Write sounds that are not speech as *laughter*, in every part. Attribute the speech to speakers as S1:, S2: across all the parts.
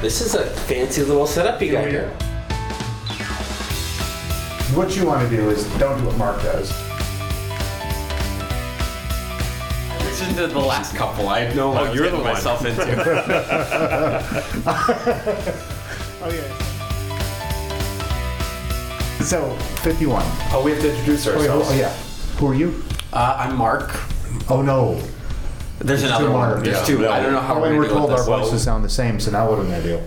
S1: This is a fancy little setup you got here.
S2: What you want to do is don't do what Mark does.
S1: This is the last couple I know what I was
S3: Oh, you're
S1: getting
S3: the one.
S1: myself
S3: *laughs*
S1: into.
S2: So 51.
S1: oh, we have to introduce
S2: Wait,
S1: ourselves.
S2: oh, yeah. Who are you?
S1: Uh, I'm Mark.
S2: Oh no.
S1: There's another one.
S2: Mark.
S1: There's
S3: Yeah,
S1: two.
S3: no.
S1: I don't know how
S2: Oh,
S1: we're
S2: and we're
S1: going to
S2: told
S1: deal
S2: our
S1: with this.
S2: voices sound the same, so now what am
S1: *laughs*
S2: I gonna do?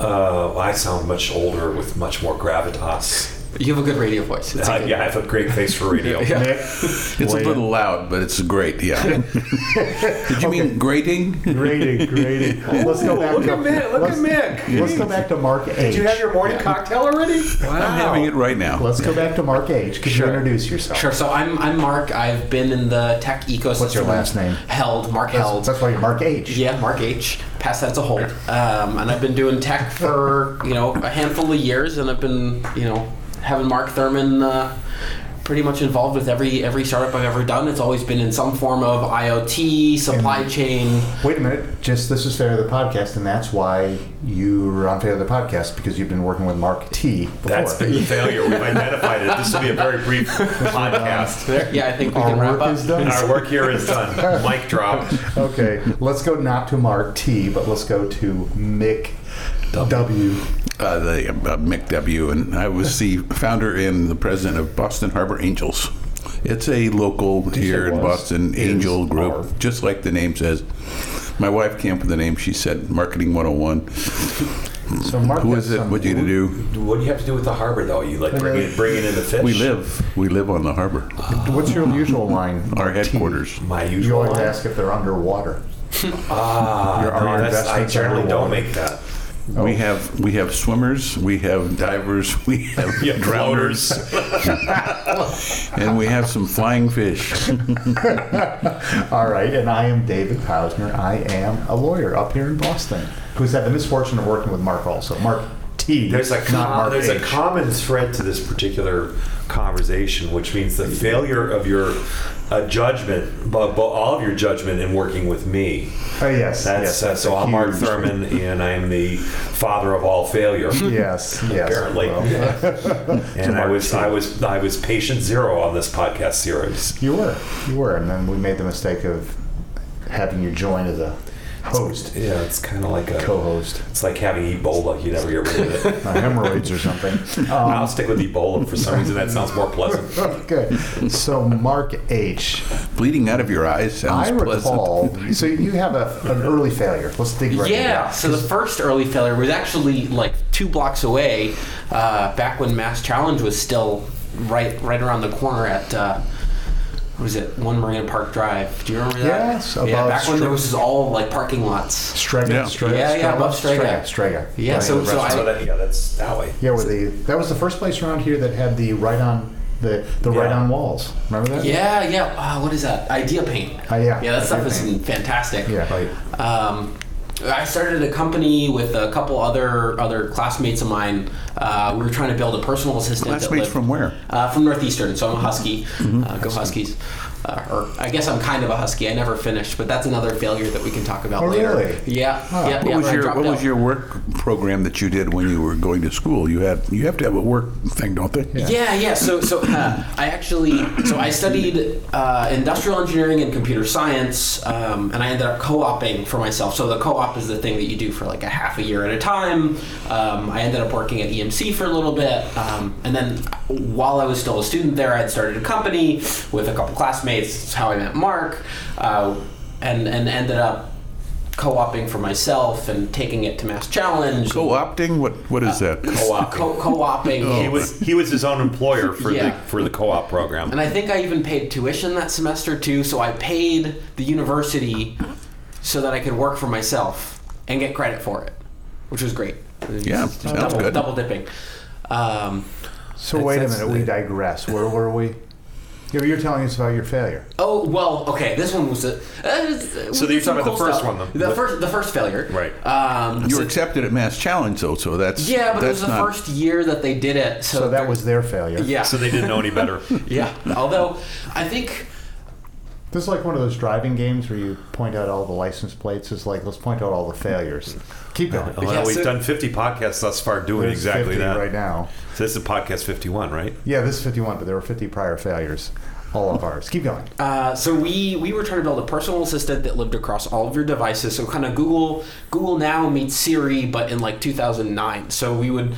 S3: Uh, I sound much older with much more gravitas.
S1: You have a good radio voice. It's
S3: Uh,
S1: okay.
S3: yeah, I have a great face
S2: *laughs*
S3: for radio.
S2: Nick,
S4: It's
S2: Way
S4: a little loud, but it's great. Yeah. Did you mean grating?
S2: graded, graded.
S1: *laughs*
S2: Let's go back
S1: Look
S2: to
S1: at Mick. Look at
S2: let's,
S1: Mick.
S2: let's go back to Mark H.
S1: Do you have your morning cocktail already?
S4: I'm having
S1: Oh.
S4: it right now.
S2: let's go back to Mark H. Could
S1: Sure.
S2: you introduce yourself?
S1: Sure. So I'm I'm Mark. I've been in the tech ecosystem.
S2: What's your last name?
S1: Held. Mark Held.
S2: That's why you're Mark H.
S1: Yeah, Mark H. Pass that to Holt. Um, and I've been doing tech for you know a handful of years, and I've been you know having Mark Thurman uh, pretty much involved with every every startup I've ever done. It's always been in some form of IoT, supply chain.
S2: Wait a minute. Just this is fair to the podcast, and that's why you were on fair to the podcast because you've been working with Mark T. Before.
S3: That's been the failure. We've identified it. This will be a very
S2: *laughs*
S3: brief podcast.
S1: Yeah, I think we
S2: Our
S1: can wrap
S2: work
S1: up.
S2: Uh, is done.
S3: And our work here
S2: *laughs*
S3: is done. Mic drop.
S2: Okay, let's go not to Mark T, but let's go to Mick W.
S4: Uh, the, uh, Mick W. And I was the founder and the president of Boston Harbor Angels. It's a local here in
S2: was?
S4: Boston
S2: Is
S4: angel group,
S2: are.
S4: just like the name says. My wife came up with the name. She said, "Marketing 101."
S2: So Mark,
S4: Who
S2: has
S4: is it?
S2: some-
S4: What you to do?
S3: What do you have to do with the harbor, though? You like bring it, bring it in the fish?
S4: We live. We live on the harbor.
S2: What's your usual line?
S4: *laughs* Our
S2: Mark T?
S4: headquarters.
S3: My
S2: You
S3: usual.
S2: always
S3: line?
S2: ask if they're underwater.
S3: Ah,
S2: Your- are your
S3: no, that's, I
S2: investments
S3: generally don't
S2: underwater?
S3: make that.
S4: We have we have swimmers, we have divers, *laughs* we have
S3: *laughs* Yeah,
S4: drowners,
S3: *laughs*
S2: *laughs*
S3: floaters.
S4: and we have some flying fish. *laughs*
S2: All right, and I am David Pausner. I am a lawyer up here in Boston who's had the misfortune of working with Mark also. Mark T.
S3: There's a
S2: not
S3: com-
S2: Mark
S3: there's a
S2: H.
S3: common thread to this particular conversation, which means the failure of your uh, judgment, but, but all of your judgment in working with me.
S2: Oh, yes.
S3: That's,
S2: yes,
S3: uh, so.
S2: a
S3: I'm Mark
S2: huge-
S3: Thurman, and I'm the father of all failure.
S1: *laughs*
S2: Yes, yes. *laughs*
S3: Apparently,
S2: well,
S3: *laughs* and I was I was I was patient zero on this podcast series.
S2: you were. You were. And then we made the mistake of having you join as a host,
S3: Yeah, it's kind of like a
S2: co host.
S3: It's like having Ebola. You never get rid
S2: *laughs*
S3: of it.
S2: uh, hemorrhoids
S1: *laughs*
S2: or something. Uh,
S3: I'll stick with Ebola for some reason. That sounds more
S2: *laughs*
S3: pleasant.
S2: Okay, so Mark H.
S4: Bleeding out of your eyes sounds
S2: I
S4: pleasant.
S2: recall. So you have a, an early failure. Let's dig right into
S1: yeah.
S2: that.
S1: So the first early failure was actually like two blocks away, uh, back when Mass Challenge was still right right around the corner at. Uh, what was it One Marina Park Drive? Do you remember that?
S2: Yes,
S1: Yeah,
S2: above
S1: back when there
S2: Str-
S1: was all like parking lots.
S2: Strega,
S4: Yeah.
S2: Strega,
S1: Yeah, yeah,
S2: Strega,
S1: above Strega.
S2: Strega, Strega.
S1: Yeah,
S2: Right,
S1: so-
S2: the
S1: so I-
S2: restaurant.
S3: So that, yeah, that's that way.
S2: yeah, where the that was the first place around here that had the right on the the
S3: Yeah.
S2: right on walls. Remember that?
S1: Yeah, yeah. Wow, what is that? Idea Paint.
S2: Oh, yeah.
S1: Yeah, that stuff
S2: Idea
S1: is
S2: Paint.
S1: fantastic.
S2: Yeah. Right.
S1: Um, I started a company with a couple other other classmates of mine. Uh, we were trying to build a personal assistant. that
S4: Classmates
S1: lived-
S4: from where?
S1: Uh, from Northeastern, so I'm a Husky. Uh, go Huskies. Uh, or I guess I'm kind of a Husky. I never finished, but that's another failure that we can talk about
S2: Oh,
S1: later.
S2: really?
S1: Yeah.
S2: Huh.
S1: yeah,
S4: What
S1: yeah,
S4: was
S1: I
S4: your
S1: dropped
S4: What
S1: out.
S4: was your work program that you did when you were going to school? You had you have to have a work thing, don't they?
S1: Yeah, yeah. So, so uh, I actually, so I studied uh, industrial engineering and computer science, um, and I ended up co-oping for myself. So the co-op is the thing that you do for like a half a year at a time. Um, I ended up working at EMC for a little bit, um, and then while I was still a student there, I had started a company with a couple classmates. It's how I met Mark, uh, and and ended up co-oping for myself and taking it to Mass Challenge.
S4: Co-opting? What What is
S1: Uh,
S4: that?
S3: Co-op. Oh.
S1: Co- co-oping.
S3: He was he was his
S1: *laughs*
S3: own employer for
S1: Oh, Yeah.
S3: the for the co-op program.
S1: And I think I even paid tuition that semester too, so I paid the university so that I could work for myself and get credit for it, which was great.
S4: Yeah,
S1: Just
S4: sounds
S1: double,
S4: good.
S1: double dipping. Um,
S2: So wait a
S4: that's
S2: minute, we digress. Where were we? Yeah, but you're telling us about your failure.
S1: oh well, okay. This one was a. Uh,
S3: So you're talking about the first one,
S1: though.
S3: then?
S1: The
S3: The-
S1: first, the first failure.
S3: Right.
S1: Um,
S4: You were accepted at Mass Challenge, though, so that's
S1: yeah, but it was
S4: that's
S1: the
S4: not-
S1: first year that they did it, so,
S2: So that
S1: there-
S2: was their failure.
S1: *laughs* yeah,
S3: so they didn't know any better.
S1: yeah. Although I think
S2: This is like one of those driving games where you point out all the license plates. It's like let's point out all the failures. Keep going.
S3: Oh, Well,
S1: Yeah,
S3: we've
S1: so-
S3: done 50 podcasts thus far doing
S2: There's
S3: exactly
S2: 50
S3: that.
S2: right now.
S3: So this is podcast 51, right?
S2: Yeah, this is 51, but there were 50 prior failures, all of ours. Keep going.
S1: Uh, so we we were trying to build a personal assistant that lived across all of your devices. So kind of Google Google Now meets Siri, but in like 2009. So we would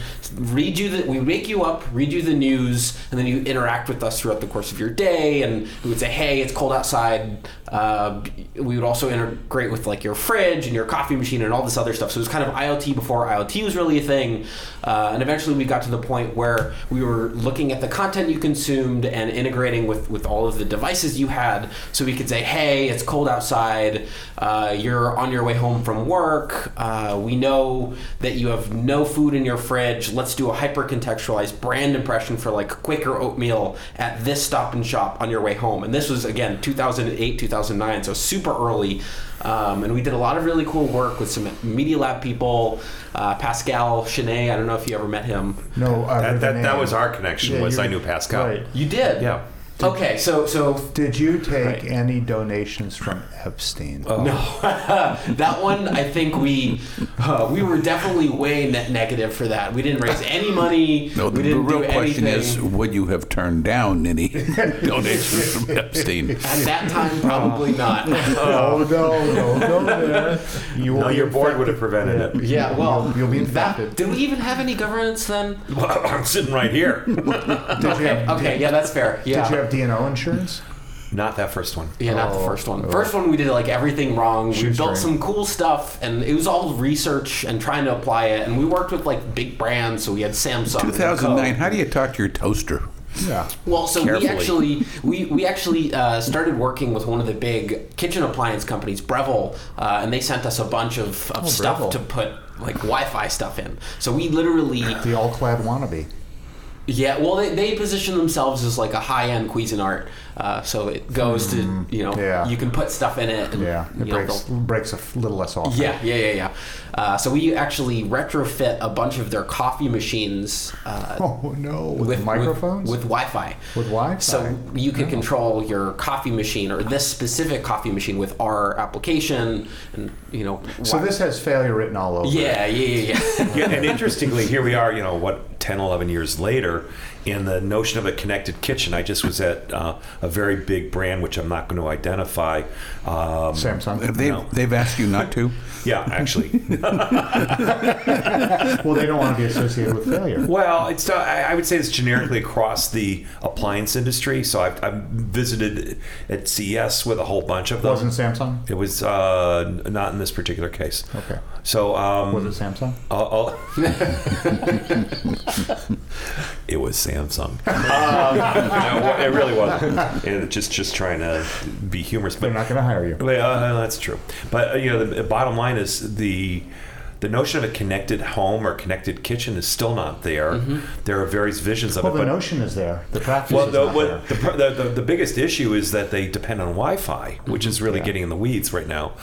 S1: read you the we wake you up, read you the news, and then you interact with us throughout the course of your day. And we would say, hey, it's cold outside. Uh, we would also integrate with like your fridge and your coffee machine and all this other stuff. So it was kind of IoT before IoT was really a thing. Uh, and eventually we got to the point where we were looking at the content you consumed and integrating with, with all of the devices you had so we could say, hey, it's cold outside. Uh, you're on your way home from work. Uh, we know that you have no food in your fridge. Let's do a hyper contextualized brand impression for like Quaker oatmeal at this stop and shop on your way home. And this was, again, 2008, 2009, so super early. Um, and we did a lot of really cool work with some Media Lab people, uh, Pascal Chenet. I don't know if you ever met him.
S2: No, uh,
S3: That, that, that
S2: Renee.
S3: was our connection
S2: Yeah,
S3: was
S2: you-
S3: I knew Pascal.
S2: Right.
S1: You did?
S3: Yeah.
S1: Okay, so so *laughs*
S2: Did you take
S1: Right.
S2: any donations from Epstein?
S1: no, that one I think we uh, we were definitely way net negative for that. We didn't raise any money.
S4: No, the,
S1: we
S4: the
S1: didn't
S4: real
S1: do
S4: question is,
S1: anything.
S4: would you have turned down
S1: *laughs*
S4: any donations from Epstein?
S1: at *laughs* that time probably not.
S2: Oh, no, no, no, there. You will
S3: *laughs* No,
S2: be
S3: your board
S2: infected.
S3: would have prevented it.
S1: *laughs* Yeah, well,
S2: You'll- you'll be
S1: that-
S2: infected.
S1: did we even have any governance then?
S3: *laughs* I'm sitting right here.
S2: *laughs* Did you have,
S1: Okay, yeah, that's fair.
S2: Did
S1: Yeah.
S2: you have DNO insurance?
S3: Not that first one.
S1: Yeah, not the
S2: Oh,
S1: first one.
S2: oh.
S1: First one we did like everything wrong. We
S2: Shoestring.
S1: built some cool stuff, and it was all research and trying to apply it. And we worked with like big brands, so we had Samsung. and Co.
S4: 2009, how do you talk to your toaster?
S2: Yeah.
S1: Well, so
S4: Carefully.
S1: we actually we we actually uh, started working with one of the big kitchen appliance companies, Breville, uh, and they sent us a bunch of, of stuff
S2: Oh, Breville.
S1: to put like Wi-Fi stuff in. So we literally,
S2: The all clad wannabe.
S1: yeah. Well, they, they position themselves as like a high-end Cuisinart, uh, so it goes to you know
S2: Mm-hmm. yeah.
S1: you can put stuff in it. And,
S2: Yeah,
S1: you
S2: it
S1: know,
S2: breaks
S1: they'll-
S2: breaks a f- little less off.
S1: yeah, yeah, yeah, yeah. Uh, so we actually retrofit a bunch of their coffee machines uh,
S2: Oh no, with, microphones.
S1: with, Wi-Fi
S2: With Wi-Fi? Oh.
S1: So you could control your coffee machine or this specific coffee machine with our application, and you know.
S2: so
S1: Wi-
S2: this has failure written all over. it.
S1: Yeah, yeah, yeah, yeah.
S3: yeah, and interestingly, here we are, you know, what, 10, 11 years later, in the notion of a connected kitchen. I just was at uh, a very big brand, which I'm not going to identify. Um,
S4: Have
S2: Samsung.
S4: they,
S3: No.
S4: They've asked you not
S1: *laughs*
S4: to?
S3: yeah, actually.
S2: well, they don't want to be associated with failure.
S3: *laughs* Well, it's uh, I I would say it's generically across the appliance industry. So I've, I've visited at CES with a whole bunch of them.
S2: Wasn't Samsung?
S3: It was uh, n- not in this particular case.
S2: Okay.
S3: So um,
S2: Was it Samsung?
S3: I'll- *laughs* I'll- it
S2: *laughs*
S3: was Samsung. Um, no, it really wasn't. And just just trying to be humorous, but
S2: They're not going to hire you.
S3: well, yeah, uh, that's true. But uh, you know, the bottom line is the the notion of a connected home or connected kitchen is still not there. There are various visions of
S2: Well,
S3: it.
S2: the
S3: but,
S2: notion is there. The practice
S3: well,
S2: is
S3: the,
S2: not there.
S3: what, the, pr- the, the, the biggest issue is that they depend on Wi-Fi, which is really getting in the weeds right now.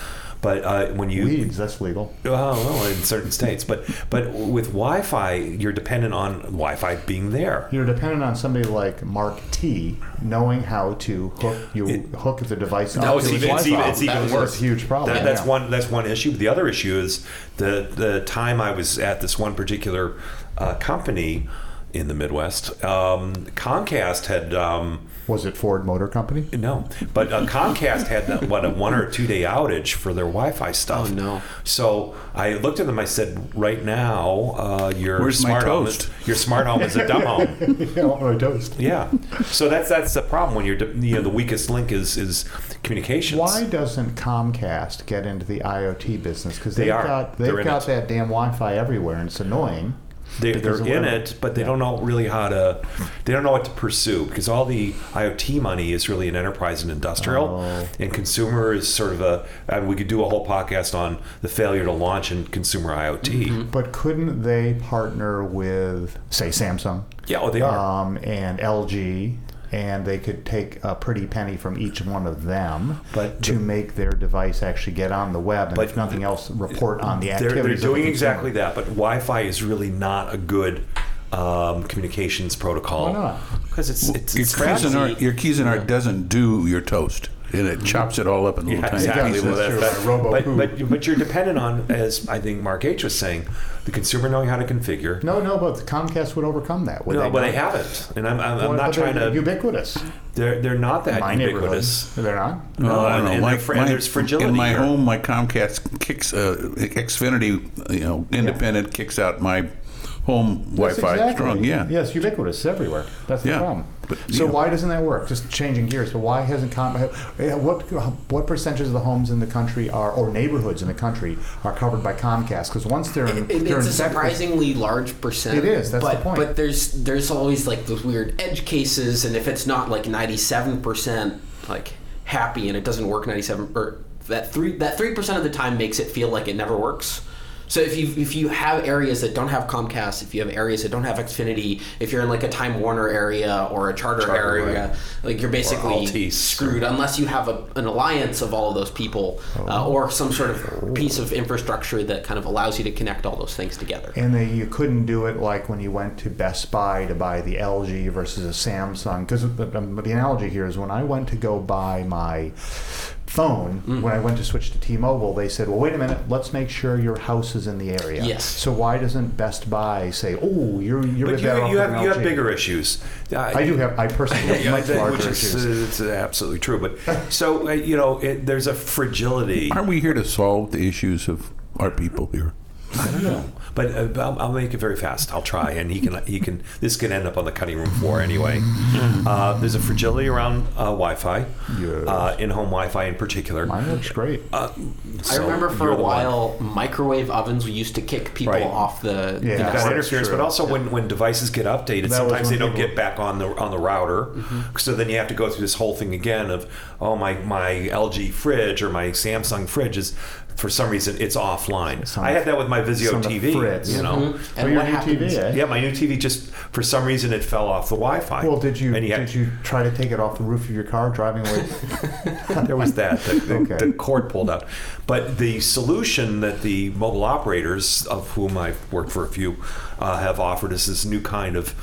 S3: But uh, when you
S2: Weeds. That's legal.
S3: well, well, in certain states, but but with Wi-Fi, you're dependent on Wi-Fi being there.
S2: You're dependent on somebody like Mark T knowing how to hook you hook the device.
S3: That
S2: up
S3: was
S2: to
S3: even,
S2: his
S3: it's even,
S2: Wi-Fi.
S3: it's even
S1: That was
S3: worse.
S2: a huge problem,
S3: That- that's
S2: Oh, yeah.
S3: one. That's one issue. The other issue is the the time I was at this one particular uh, company in the Midwest. Um, Comcast had. Um,
S2: Was it Ford Motor Company?
S3: no, but uh, Comcast had that, what a one or two day outage for their Wi-Fi stuff.
S1: Oh, no.
S3: So I looked at them. I said, "Right now, uh, your
S4: Where's my
S3: smart home
S4: toast?
S3: is, your smart home is a dumb home."
S2: *laughs* yeah, I want my toast.
S3: Yeah. So that's that's the problem when you're de- you know the weakest link is is communications.
S2: *laughs* Why doesn't Comcast get into the IoT business? Because
S3: They
S2: they've
S3: are.
S2: got
S3: They're
S2: they've
S3: in
S2: got
S3: it.
S2: that damn Wi-Fi everywhere, and it's annoying.
S3: They,
S2: Because
S3: they're
S2: of
S3: in
S2: whatever.
S3: it, but they don't know really how to. They don't know what to pursue because all the IoT money is really in enterprise and industrial,
S2: Oh.
S3: and consumer is sort of a. I mean, we could do a whole podcast on the failure to launch in consumer IoT.
S2: But couldn't they partner with, say, Samsung
S3: Yeah, oh, they are.
S2: um, and LG, and they could take a pretty penny from each one of them
S3: But
S2: to make their device actually get on the web, and
S3: But
S2: if nothing else, report on the
S3: they're,
S2: activities.
S3: they're
S2: of the
S3: doing
S2: consumer.
S3: exactly that, but Wi-Fi is really not a good um, communications protocol.
S2: Why not?
S3: Because it's it's,
S4: Your
S3: it's fragile.
S4: Cuisinart, your Cuisinart doesn't do your toast. and it chops it all up in little
S3: Yeah,
S4: tiny
S3: exactly.
S4: pieces.
S2: That's true.
S3: That's-
S2: Right, robo
S3: but,
S2: poo.
S3: but, but you're dependent on, as I think Mark H was saying, the consumer knowing how to configure.
S2: No, no, but Comcast would overcome that. Would
S3: No,
S2: they
S3: but
S2: not?
S3: they haven't, and I'm, I'm, I'm
S2: Well,
S3: not
S2: but they're
S3: trying to.
S2: ubiquitous.
S3: they're they're not that
S2: My
S3: ubiquitous.
S2: neighborhood, they're not.
S4: Well,
S3: No,
S4: I
S3: Oh, and,
S4: don't know.
S3: and,
S4: My-
S3: they're fra- and
S4: my-
S3: there's fragility.
S4: In my
S3: here.
S4: home, my Comcast kicks uh, Xfinity, you know, independent kicks out my home
S2: That's
S4: Wi-Fi
S2: exactly-
S4: strong. Yeah.
S2: Yes, ubiquitous it's everywhere. That's the
S4: Yeah,
S2: problem.
S4: but,
S2: so
S4: you know.
S2: why doesn't that work? Just changing gears. But why hasn't Com- eh, what what percentage of the homes in the country are or neighborhoods in the country are covered by Comcast? Because once they're in,
S1: It-
S2: they're
S1: it's a
S2: in-
S1: surprisingly large percent.
S2: It is, that's the
S1: but,
S2: point.
S1: But there's there's always like those weird edge cases, and if it's not like 97 percent like happy and it doesn't work 97 or that three that three percent of the time makes it feel like it never works. So if you if you have areas that don't have Comcast, if you have areas that don't have Xfinity, if you're in like a Time Warner area or a Charter,
S3: Charter,
S1: area,
S3: right.
S1: like you're basically
S3: Altice.
S1: screwed unless you have a, an alliance of all of those people
S2: Oh.
S1: uh, or some sort of piece of infrastructure that kind of allows you to connect all those things together.
S2: and they, you couldn't do it like when you went to Best Buy to buy the LG versus a Samsung. Because the, the the analogy here is when I went to go buy my phone,
S1: Mm-hmm.
S2: when I went to switch to T-Mobile, they said, "Well, wait a minute, let's make sure your house is in the area."
S1: Yes.
S2: So why doesn't Best Buy say, "Oh, you're you're
S3: But
S2: with
S3: you,
S2: that
S3: you
S2: offer
S3: have you
S2: LG."
S3: have bigger issues.
S2: I do have. I personally have
S3: *laughs* Yeah,
S2: much
S3: that-
S2: larger
S3: which is,
S2: issues.
S3: uh, it's absolutely true.
S2: *laughs*
S3: But so uh, you know, it, there's a fragility.
S4: Aren't we here to solve the issues of our people here?
S3: I don't know, but uh, I'll, I'll make it very fast. I'll try, and he can. He can. This can end up on the cutting room floor
S2: *laughs*
S3: anyway. Uh, there's a fragility around uh, Wi-Fi, uh, in-home Wi-Fi in particular.
S2: Mine looks great.
S3: Uh,
S1: I
S3: so
S1: remember for
S3: you're
S1: a
S3: the one.
S1: while microwave ovens used to kick people
S3: Right.
S1: off the, the
S2: Yeah.
S3: That
S1: network.
S3: interference, but
S2: true.
S3: also when, when devices get updated,
S2: was
S3: sometimes they
S2: when
S3: don't
S2: people- Mm-hmm.
S3: get back on the on the router. So then you have to go through this whole thing again of oh my my LG fridge or my Samsung fridge is for some reason it's offline.
S2: Some-
S3: I had that with my Vizio
S2: some
S3: TV,
S2: fritz.
S3: you know.
S1: Mhm.
S2: Oh,
S1: And
S2: your
S1: what
S2: new
S1: happens?
S2: TV, eh?
S3: Yeah, my new TV just for some reason it fell off the Wi-Fi.
S2: Well, did you
S3: And had-
S2: did you try to take it off the roof of your car driving
S1: *laughs*
S2: away?
S3: there was that. The, the,
S2: Okay.
S3: the cord pulled out. But the solution that the mobile operators, of whom I've worked for a few, uh, have offered is this new kind of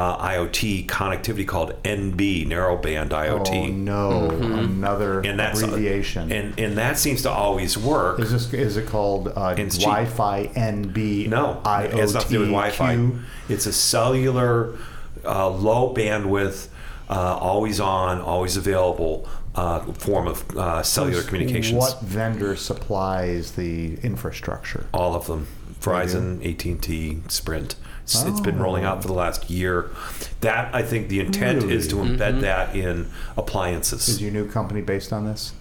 S3: uh, IoT connectivity called NB, narrowband
S2: oh
S3: IoT.
S2: no, another
S3: And that's
S2: abbreviation.
S3: And, and that seems to always work.
S2: Oh, Is this is it called uh,
S3: It's cheap.
S2: Wi-Fi NB?
S3: No,
S2: IoT.
S3: it has nothing to do with Wi-Fi. It's a cellular, uh, low bandwidth, uh, always on, always available uh, form of uh, cellular communications.
S2: What vendor supplies the infrastructure?
S3: All of them: Verizon, AT and T, Sprint. It's, it's been rolling out for the last year. That I think the intent is to embed
S1: Mm-hmm.
S3: that in
S2: Is
S3: appliances.
S2: your new company based on this?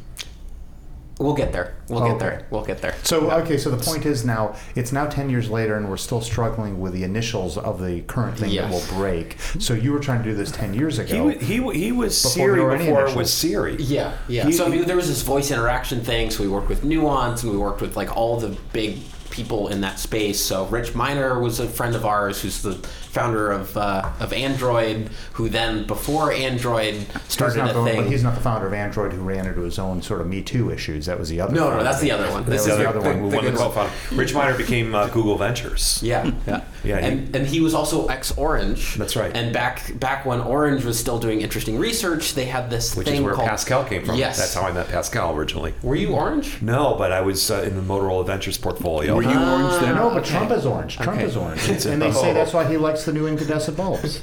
S1: We'll get there. We'll get
S2: Okay.
S1: there. We'll get there.
S2: So okay, so the point is now it's now ten years later, and we're still struggling with the initials of the current thing that
S1: Yes.
S2: will break. So you were trying to do this ten years
S3: He,
S2: ago.
S3: wa- he, wa- he was
S2: Before
S3: Siri
S2: there were any
S3: before it
S2: initials.
S3: was Siri.
S1: Yeah, yeah.
S3: He-
S1: so I mean, there was this voice interaction thing. So we worked with Nuance, and we worked with like all the big people in that space. So Rich Miner was a friend of ours, who's the founder of uh, of Android, who then before Android
S2: He's
S1: started
S2: not,
S1: a
S2: the,
S1: thing.
S2: but he's not the founder of Android who ran into his own sort of Me Too issues. That was the other
S1: no, no,
S2: founder.
S1: that's the other one.
S2: That
S1: This
S2: was
S1: is
S2: the other
S1: the-
S2: one.
S3: One
S1: good
S3: that co-founded. Rich Miner became uh, Google Ventures. *laughs*
S1: Yeah, yeah,
S3: Yeah, he-
S1: And and he was also ex Orange.
S3: That's right.
S1: And back back when Orange was still doing interesting research, they had this
S3: which
S1: thing
S3: is where
S1: called
S3: Pascal came from.
S1: Yes,
S3: That's how I met Pascal originally.
S1: Were you Orange?
S3: No, but I was uh, in the Motorola Ventures portfolio.
S4: Were you orange then?
S2: No, but Trump is orange. Trump
S1: Okay.
S2: is orange. and they say that's why he likes the new incandescent
S1: *laughs*
S2: bulbs.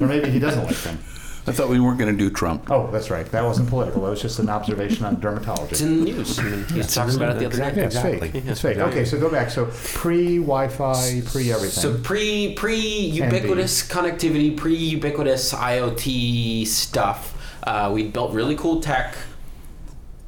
S2: or maybe he doesn't like them.
S4: I thought we weren't going to do Trump.
S2: Oh, that's right. That wasn't political. That was just an observation on
S1: It's
S2: dermatology.
S1: in the
S3: *laughs*
S1: news. I mean, he was talking about it the other
S3: Exactly.
S1: day.
S2: Yeah, it's
S3: Exactly.
S2: fake. It's fake. Okay, so go back. So pre Wi-Fi, pre
S1: So
S2: everything.
S1: pre pre ubiquitous connectivity, pre ubiquitous IoT stuff. Uh, we built really cool tech,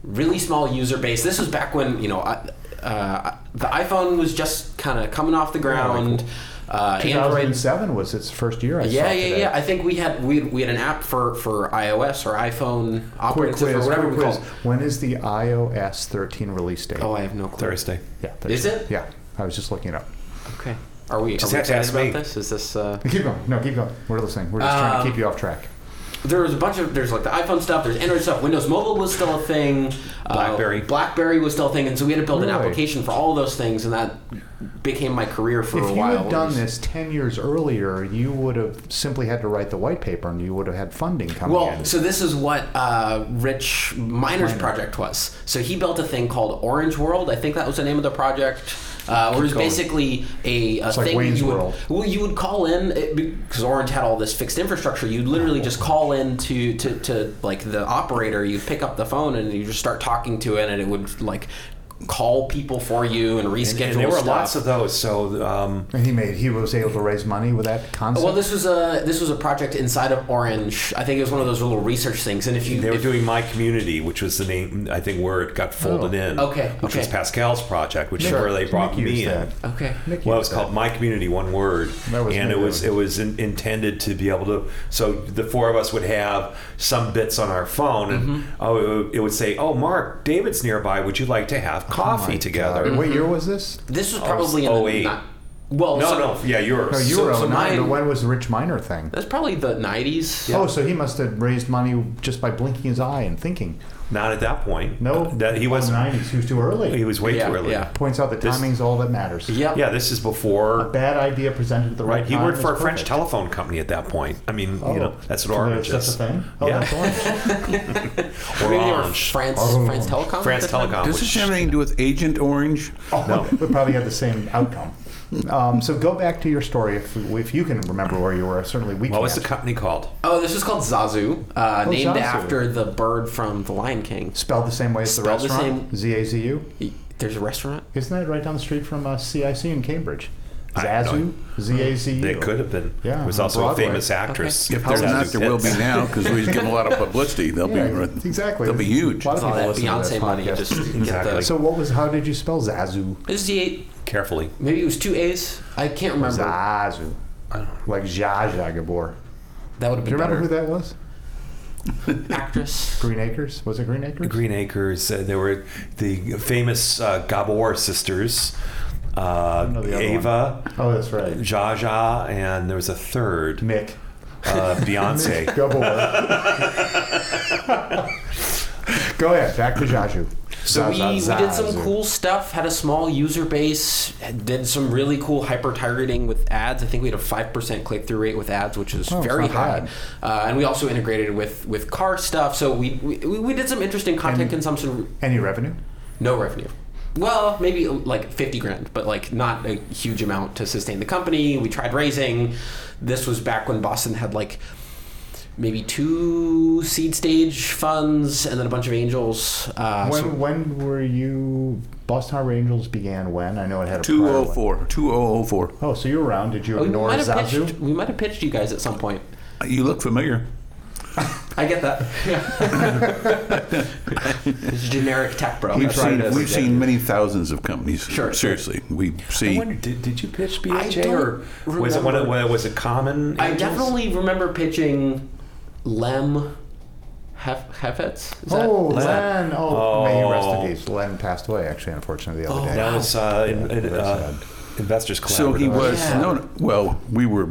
S1: really small user base. This was back when you know I, uh, the iPhone was just kind of coming off the ground. Uh, Android
S2: 2007 was its first year. I saw
S1: Yeah, yeah,
S2: today.
S1: yeah. I think we had we had, we had an app for for iOS or iPhone
S2: Quick
S1: operating
S2: quiz.
S1: system or whatever
S2: quick
S1: we
S2: quiz.
S1: call. it.
S2: When is the iOS 13 release date?
S1: Oh, I have no clue.
S3: Thursday.
S2: yeah.
S1: Is it?
S2: Yeah. I was just looking it up.
S1: Okay. Are we, are
S3: Just
S1: we
S3: have to
S1: excited
S3: ask
S1: about
S3: me.
S1: this? Is this?
S3: *laughs*
S1: Uh...
S2: Keep going. No, keep going. We're listening. We're just trying
S1: Um,
S2: to keep you off track.
S1: There was a bunch of there's like the iPhone stuff, there's Android stuff. Windows Mobile was still a thing. uh,
S3: BlackBerry.
S1: BlackBerry was still a thing, and so we had to build an
S2: Really?
S1: application for all of those things, and that became my career for
S2: if
S1: a
S2: you
S1: while.
S2: had done
S1: was-
S2: this 10 years earlier, you would have simply had to write the white paper and you would have had funding coming
S1: Well,
S2: in.
S1: so this is what uh, Rich Miner's project was. So he built a thing called Orange World. I think that was the name of the project. Uh, where it was basically a, a
S2: It's
S1: thing
S2: like Wayne's
S1: you would,
S2: World.
S1: Well, you would call in it- because Orange had all this fixed infrastructure. You'd literally just call in to, to, to like the operator. You'd pick up the phone and you just start talking to it, and it would like call people for you and reschedule.
S3: and there were
S1: stuff.
S3: lots of those. So um,
S2: and he made he was able to raise money with that concept.
S1: Well, this was a this was a project inside of Orange. I think it was one of those little research things. And if you
S3: they were
S1: if-
S3: doing My Community, which was the name, I think, where it got folded
S2: Oh,
S3: in.
S1: Okay,
S3: Which was
S1: okay.
S3: Pascal's project, which is
S1: Sure.
S3: where they brought
S2: Nick used
S3: me in.
S2: that.
S1: okay,
S2: Nick
S3: Well, it was
S2: used
S3: called My Community, one word,
S2: That was
S3: and
S2: me, that
S3: it was
S2: was-
S3: it was in, intended to be able to. So the four of us would have some bits on our phone, and
S2: Mm-hmm.
S3: oh, it would- it would say, "Oh, Mark, David's nearby. Would you like to have
S2: Oh my
S3: coffee together?"
S2: God. What year was this?
S1: This was probably in the
S3: 08.
S1: ni- well,
S3: Oh, No,
S1: so-
S3: no, yeah, yours.
S2: No, you
S1: So-
S2: were
S1: so
S2: 09, but
S1: mine-
S2: when was the Rich Miner thing?
S1: That's probably the nineties.
S2: Oh, so he must have raised money just by blinking his eye and thinking.
S3: Not at that point.
S2: No,
S3: that he was.
S2: nineties. He was too
S3: He
S2: early.
S3: was way
S1: Yeah,
S3: too early.
S1: yeah.
S2: Points out that
S3: This-
S2: timing's all that matters.
S1: Yep.
S3: Yeah, this is before.
S2: Bad idea presented at the right,
S3: Right, he
S2: time
S3: worked
S2: is
S3: for a French
S2: perfect.
S3: telephone company at that point. I mean, you know, Oh. that's what
S2: So
S3: Orange
S2: there's
S3: is.
S2: such a thing? Oh,
S3: Yeah.
S2: that's
S3: *laughs*
S2: Orange.
S1: Maybe they were
S3: Orange.
S1: France
S2: Orange.
S1: France Telecom. at
S3: France
S1: the time?
S3: Telecom.
S4: Does
S3: which-
S4: this have anything to do with Agent Orange?
S2: Oh, *laughs* we probably had the same outcome. Um, so go back to your story if, if you can remember where you were. Certainly we
S3: what
S2: can't.
S3: was the company called?
S1: Oh, this was called Zazu, uh,
S2: Oh,
S1: named
S2: Zazu.
S1: after the bird from The Lion King.
S2: Spelled the same way as the
S1: Spelled the
S2: restaurant? Z-A-Z-U?
S1: Y- There's a restaurant.
S2: Isn't that right down the street from uh, CIC in Cambridge?
S3: I have no
S2: Zazu? Z-A-Z-U.
S3: They could have been.
S2: Yeah,
S3: was
S2: on
S3: also
S2: Broadway.
S3: a famous actress.
S4: If there's
S3: Zazu
S4: not,
S3: *laughs*
S4: there will be
S3: Pitts.
S4: now because we give a lot of publicity. They'll
S2: Yeah,
S4: be
S2: exactly.
S4: They'll be huge.
S2: A lot of
S1: All
S2: people
S1: that
S2: listen to this
S1: Beyonce money.
S2: podcast.
S1: Just get
S3: Exactly.
S1: the,
S2: So what was? How did you spell Zazu?
S1: this is the eight.
S3: Carefully.
S1: Maybe it was two A's. I can't remember.
S2: Zazu. Like Zsa Zsa Gabor.
S1: that would have
S2: Do
S1: been
S2: you remember
S1: better.
S2: who that was? *laughs*
S1: Actress.
S2: Green Acres? Was it Green Acres?
S3: Green Acres. Uh, there were the famous uh, Gabor sisters, uh,
S2: know the other
S3: Ava,
S2: Oh, that's right.
S3: Jaja, and there was a third,
S2: Mick.
S3: uh,
S2: *laughs*
S3: *laughs* Beyonce.
S2: Gabor. Go ahead. Back to Zazu.
S1: So we, we did some
S2: Zazu.
S1: cool stuff, had a small user base, did some really cool hyper targeting with ads. I think we had a 5% click through rate with ads, which is
S2: Oh, it's
S1: very
S2: not
S1: high.
S2: bad.
S1: Uh, and we also integrated with, with car stuff. So we, we, we did some interesting content
S2: And-
S1: consumption,
S2: Any revenue?
S1: no revenue. Well, maybe like 50 grand, but like not a huge amount to sustain the company. We tried raising. This was back when Boston had like maybe two seed stage funds and then a bunch of angels. Uh, so-
S2: When, when were you? Boston Harbor Angels began when? I know it had a
S4: two
S2: prior
S4: oh
S2: one.
S4: four. Two oh oh four.
S2: Oh, so you were around. Did you
S1: Oh, we
S2: ignore
S1: might have
S2: Zazu?
S1: pitched. We might have pitched you guys at some point.
S4: You look familiar.
S1: I get
S2: *laughs*
S1: that. *laughs* it's generic tech, bro.
S4: We've
S1: That's what
S4: seen,
S1: it is.
S4: we've seen many thousands of companies.
S1: Sure.
S4: Seriously, we
S3: I
S4: see.
S3: wonder, did, did you pitch
S1: I
S3: BHA
S1: don't
S3: or was it one of
S1: remember.
S3: was it Common?
S1: I
S3: Angels?
S1: definitely remember pitching Lem Hef- Hefetz. Is that-
S2: Oh,
S1: is that-
S2: Len. Oh, may he rest
S3: Oh.
S2: in peace. Len passed away, actually, unfortunately, the other
S1: Oh,
S2: day.
S3: That was uh, in, in,
S2: very
S3: uh, Investors Collaborative.
S4: So he was
S1: Yeah.
S4: no, no. Well, we were.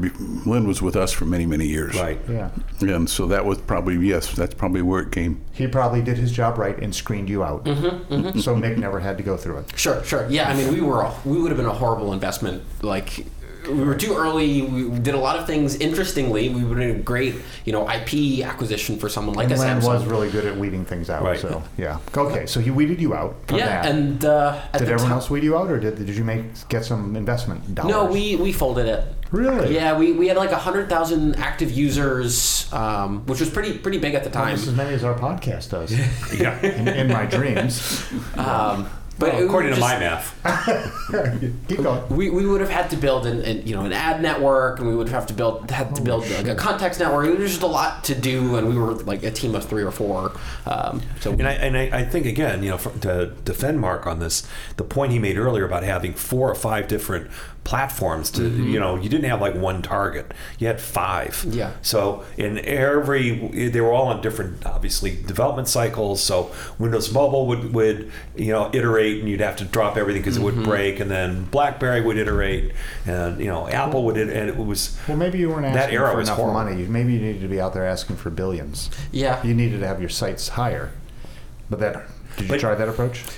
S4: Lynn was with us for many, many years.
S1: *laughs*
S3: right.
S2: Yeah.
S4: And so that was probably yes. That's probably where it came.
S2: He probably did his job right and screened you out.
S1: Mm-hmm,
S2: So Mick never had to go through it.
S1: Sure, sure. Yeah, I mean, we were a- we would have been a horrible investment. Like we were too early. We did a lot of things. Interestingly, we would have been a great, you know, IP acquisition for someone like
S2: And
S1: us.
S2: Len
S1: Samsung.
S2: was really good at weeding things out.
S3: Right.
S2: So, yeah. Okay, so he weeded you out from
S1: yeah,
S2: that.
S1: and uh, at
S2: did
S1: the
S2: everyone
S1: time-
S2: else weed you out, or did, did you make get some investment dollars?
S1: No, we we folded it.
S2: Really?
S1: Yeah, we, we had like hundred thousand active users, um, which was pretty pretty big at the time.
S2: Almost as many as our podcast
S3: *laughs*
S2: does.
S3: Yeah.
S2: in, in my dreams.
S3: *laughs*
S1: Um, but it- we
S3: According
S1: just-
S3: to my math.
S2: Keep going.
S1: we, we would have had to build an, an you know an ad network, and we would have to build had to build like a contacts network. There was just a lot to do, and we were like a team of three or four. Um, so
S3: And I, and I, I think again, you know, for, to defend Mark on this, the point he made earlier about having four or five different platforms to,
S1: Mm-hmm.
S3: you know, you didn't have like one target, you had five.
S1: Yeah.
S3: So in every, they were all on different, obviously, development cycles. So Windows Mobile would would you know iterate, and you'd have to drop everything because it would
S1: Mm-hmm.
S3: break, and then BlackBerry would iterate, and you know Apple would, it- and it was.
S2: Well, maybe you weren't asking
S3: That era
S2: for
S3: was
S2: enough
S3: horrible.
S2: money. You- Maybe you needed to be out there asking for billions.
S1: yeah,
S2: You needed to have your sites higher. But that did you
S3: But-
S2: try that approach?
S3: *laughs*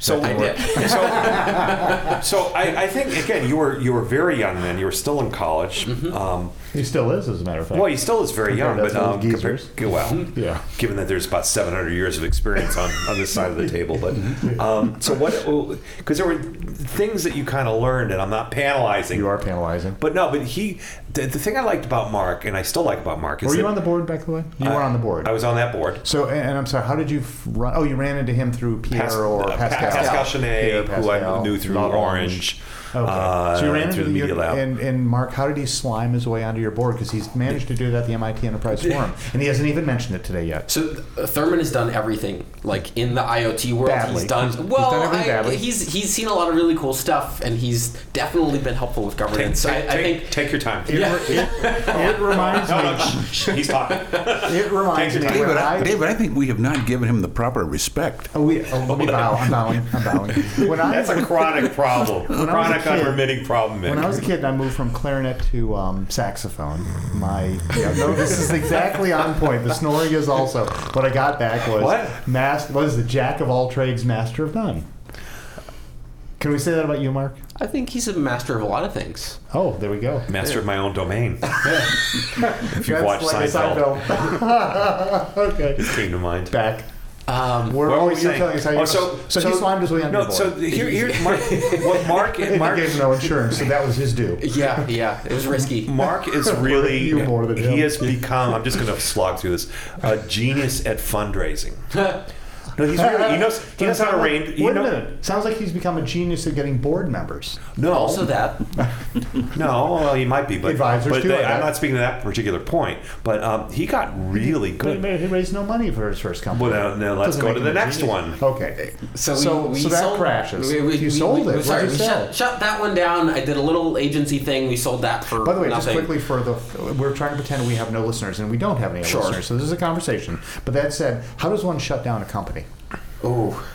S3: So,
S2: That didn't
S3: so, so I, I think again, you were you were very young then. You were still in college.
S2: Mm-hmm.
S3: Um,
S2: He still is, as a matter of fact.
S3: well, he still is very young,
S2: Compared
S3: but
S2: to those
S3: um, compared-
S2: geezers.
S3: well,
S2: Yeah.
S3: Given that there's about 700 years of experience on, on this side of the table, but um, so what? Because there were things that you kind of learned, and I'm not panelizing.
S2: you are panelizing.
S3: But no, but he. The, the thing I liked about Mark, and I still like about Mark, is
S2: Were you
S3: that
S2: on the board back the way? You were on the board.
S3: I was on that board.
S2: So, and, and I'm sorry, how did you f- run? Oh, you ran into him through Pierre
S3: Pas-
S2: or
S3: uh,
S2: Pascal?
S3: Pascal Chenet,
S2: Pierre,
S3: who I
S2: Pascal,
S3: knew through
S2: Love
S3: Orange.
S2: Okay.
S3: uh,
S2: so you ran
S3: through
S2: into
S3: the media
S2: your,
S3: lab.
S2: And, and Mark, how did he slime his way onto your board? Because he's managed to do that at the MIT Enterprise Forum, and he hasn't even mentioned it today yet.
S1: So uh, Thurman has done everything, like in the IoT world.
S2: Badly.
S1: He's done
S2: He's- he's
S1: well.
S2: done everything
S1: I-
S2: badly.
S1: he's he's seen a lot of really cool stuff, and he's definitely been helpful with
S3: Take,
S1: governance.
S3: take-
S1: I, I
S3: take-
S1: think
S3: take your time.
S2: It, re- it, it reminds
S3: *laughs* No, no,
S2: me.
S3: shh, shh, he's talking.
S2: It reminds
S3: Take
S2: me.
S3: your
S2: when
S4: David, I,
S2: I,
S4: David, I think we have not given him the proper respect.
S2: oh, we, oh, we bow. I'm bowing. I'm bowing. When I
S3: That's a chronic problem.
S2: was a
S3: chronic,
S2: kid-
S3: unremitting problem. Mick.
S2: When I was a kid, and I moved from clarinet to um, saxophone. My yeah, no, this is exactly on point. The snoring is also what I got back was
S3: What?
S2: mas- was the jack of all trades, master of none. Can we say that about you, Mark?
S1: I think he's a master of a lot of things.
S2: Oh, there we go.
S3: master of my own domain. if you've
S2: That's
S3: watched
S2: like a
S3: Seinfeld, *laughs*
S2: Seinfeld. okay,
S3: came to mind.
S2: back.
S1: Um,
S2: We're
S3: What were
S2: always
S3: we
S2: you're
S3: saying?
S2: telling us how you
S3: Oh, so-
S2: so, he
S3: so-
S2: slimed his way under
S3: No,
S2: the
S3: so
S2: board.
S3: here, here, Mark, what Mark,
S2: And *laughs*
S3: Mark,
S2: he gave him no insurance, so that was his
S3: *laughs*
S2: due.
S1: yeah, yeah, it was risky.
S2: *laughs*
S3: Mark is really
S2: You more than him.
S3: he has become. I'm just going to slog through this. A genius
S2: *laughs*
S3: at fundraising. No, he's really, he knows he knows how to rein.
S2: Wait
S3: he
S2: a
S3: know-
S2: minute. Sounds like he's become a genius at getting board members.
S3: No,
S1: Also that.
S3: no, well, he might be, but
S2: Advisors
S3: But
S2: too, I
S3: they, I'm
S2: bet.
S3: not speaking to that particular point. But um, he got really
S2: But,
S3: good.
S2: but he raised no money for his first company.
S3: Well, now, now let's
S2: Doesn't
S3: go
S2: make
S3: to
S2: him
S3: the
S2: a
S3: next
S2: genius.
S3: one.
S2: Okay.
S1: So, we,
S2: so,
S1: we
S2: so that
S1: sold,
S2: crashes.
S1: We, we,
S2: you
S1: we-
S2: sold
S1: we-
S2: it.
S1: we- Sorry,
S2: What'd
S1: we
S2: you sell?
S1: shut, shut that one down. I did a little agency thing. We sold that for.
S2: By the way,
S1: nothing.
S2: just quickly for the, we're trying to pretend we have no listeners, and we don't have any
S1: Sure.
S2: listeners. So this is a conversation. But that said, how does one shut down a company?
S1: Oh.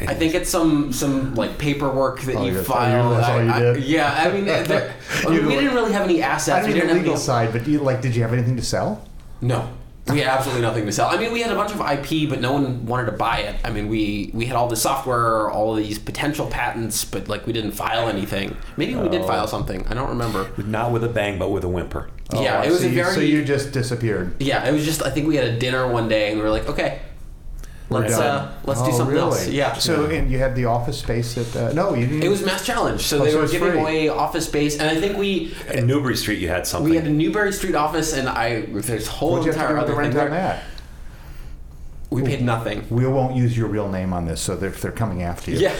S1: I think it's some some like paperwork that
S2: Oh,
S1: you
S2: that's all you-
S1: file.
S2: that's all you
S1: I- I-
S2: did?
S1: yeah, I
S2: *laughs*
S1: mean, there, we
S2: You-
S1: didn't really have any
S2: I
S1: assets.
S2: don't
S1: We
S2: mean
S1: didn't
S2: the
S1: have
S2: legal
S1: any,
S2: side, but do you, like, did you have anything to sell?
S1: No, we had absolutely nothing to sell. I mean, we had a bunch of IP, but no one wanted to buy it. I mean, we we had all the software, all these potential patents, but like we didn't file anything. Maybe we did
S2: Oh.
S1: file something. I don't remember.
S3: Not with a bang, but with a whimper.
S1: yeah,
S2: Oh,
S1: it was
S2: so
S1: a
S2: you-
S1: very
S2: So you just disappeared.
S1: yeah. It was just I think we had a dinner one day and we were like, okay,
S2: We're
S1: let's
S2: done.
S1: uh, let's do
S2: Oh,
S1: something
S2: really?
S1: else. Yeah.
S2: So and you had the office space at uh, no, you didn't.
S1: it was Mass Challenge, so
S2: Oh,
S1: they
S2: so
S1: were
S2: it's
S1: giving
S2: free.
S1: away office space, and I think we
S3: In Newbury Street, you had something.
S1: We had a Newberry Street office, and I there's whole
S2: What'd you have to
S1: entire
S2: do with
S1: other
S2: the rent
S1: thing
S2: on
S1: there.
S2: that?
S1: We paid
S2: *laughs*
S1: nothing. *laughs*
S2: We won't use your real name on this, so they're, they're coming after you.
S1: Yeah.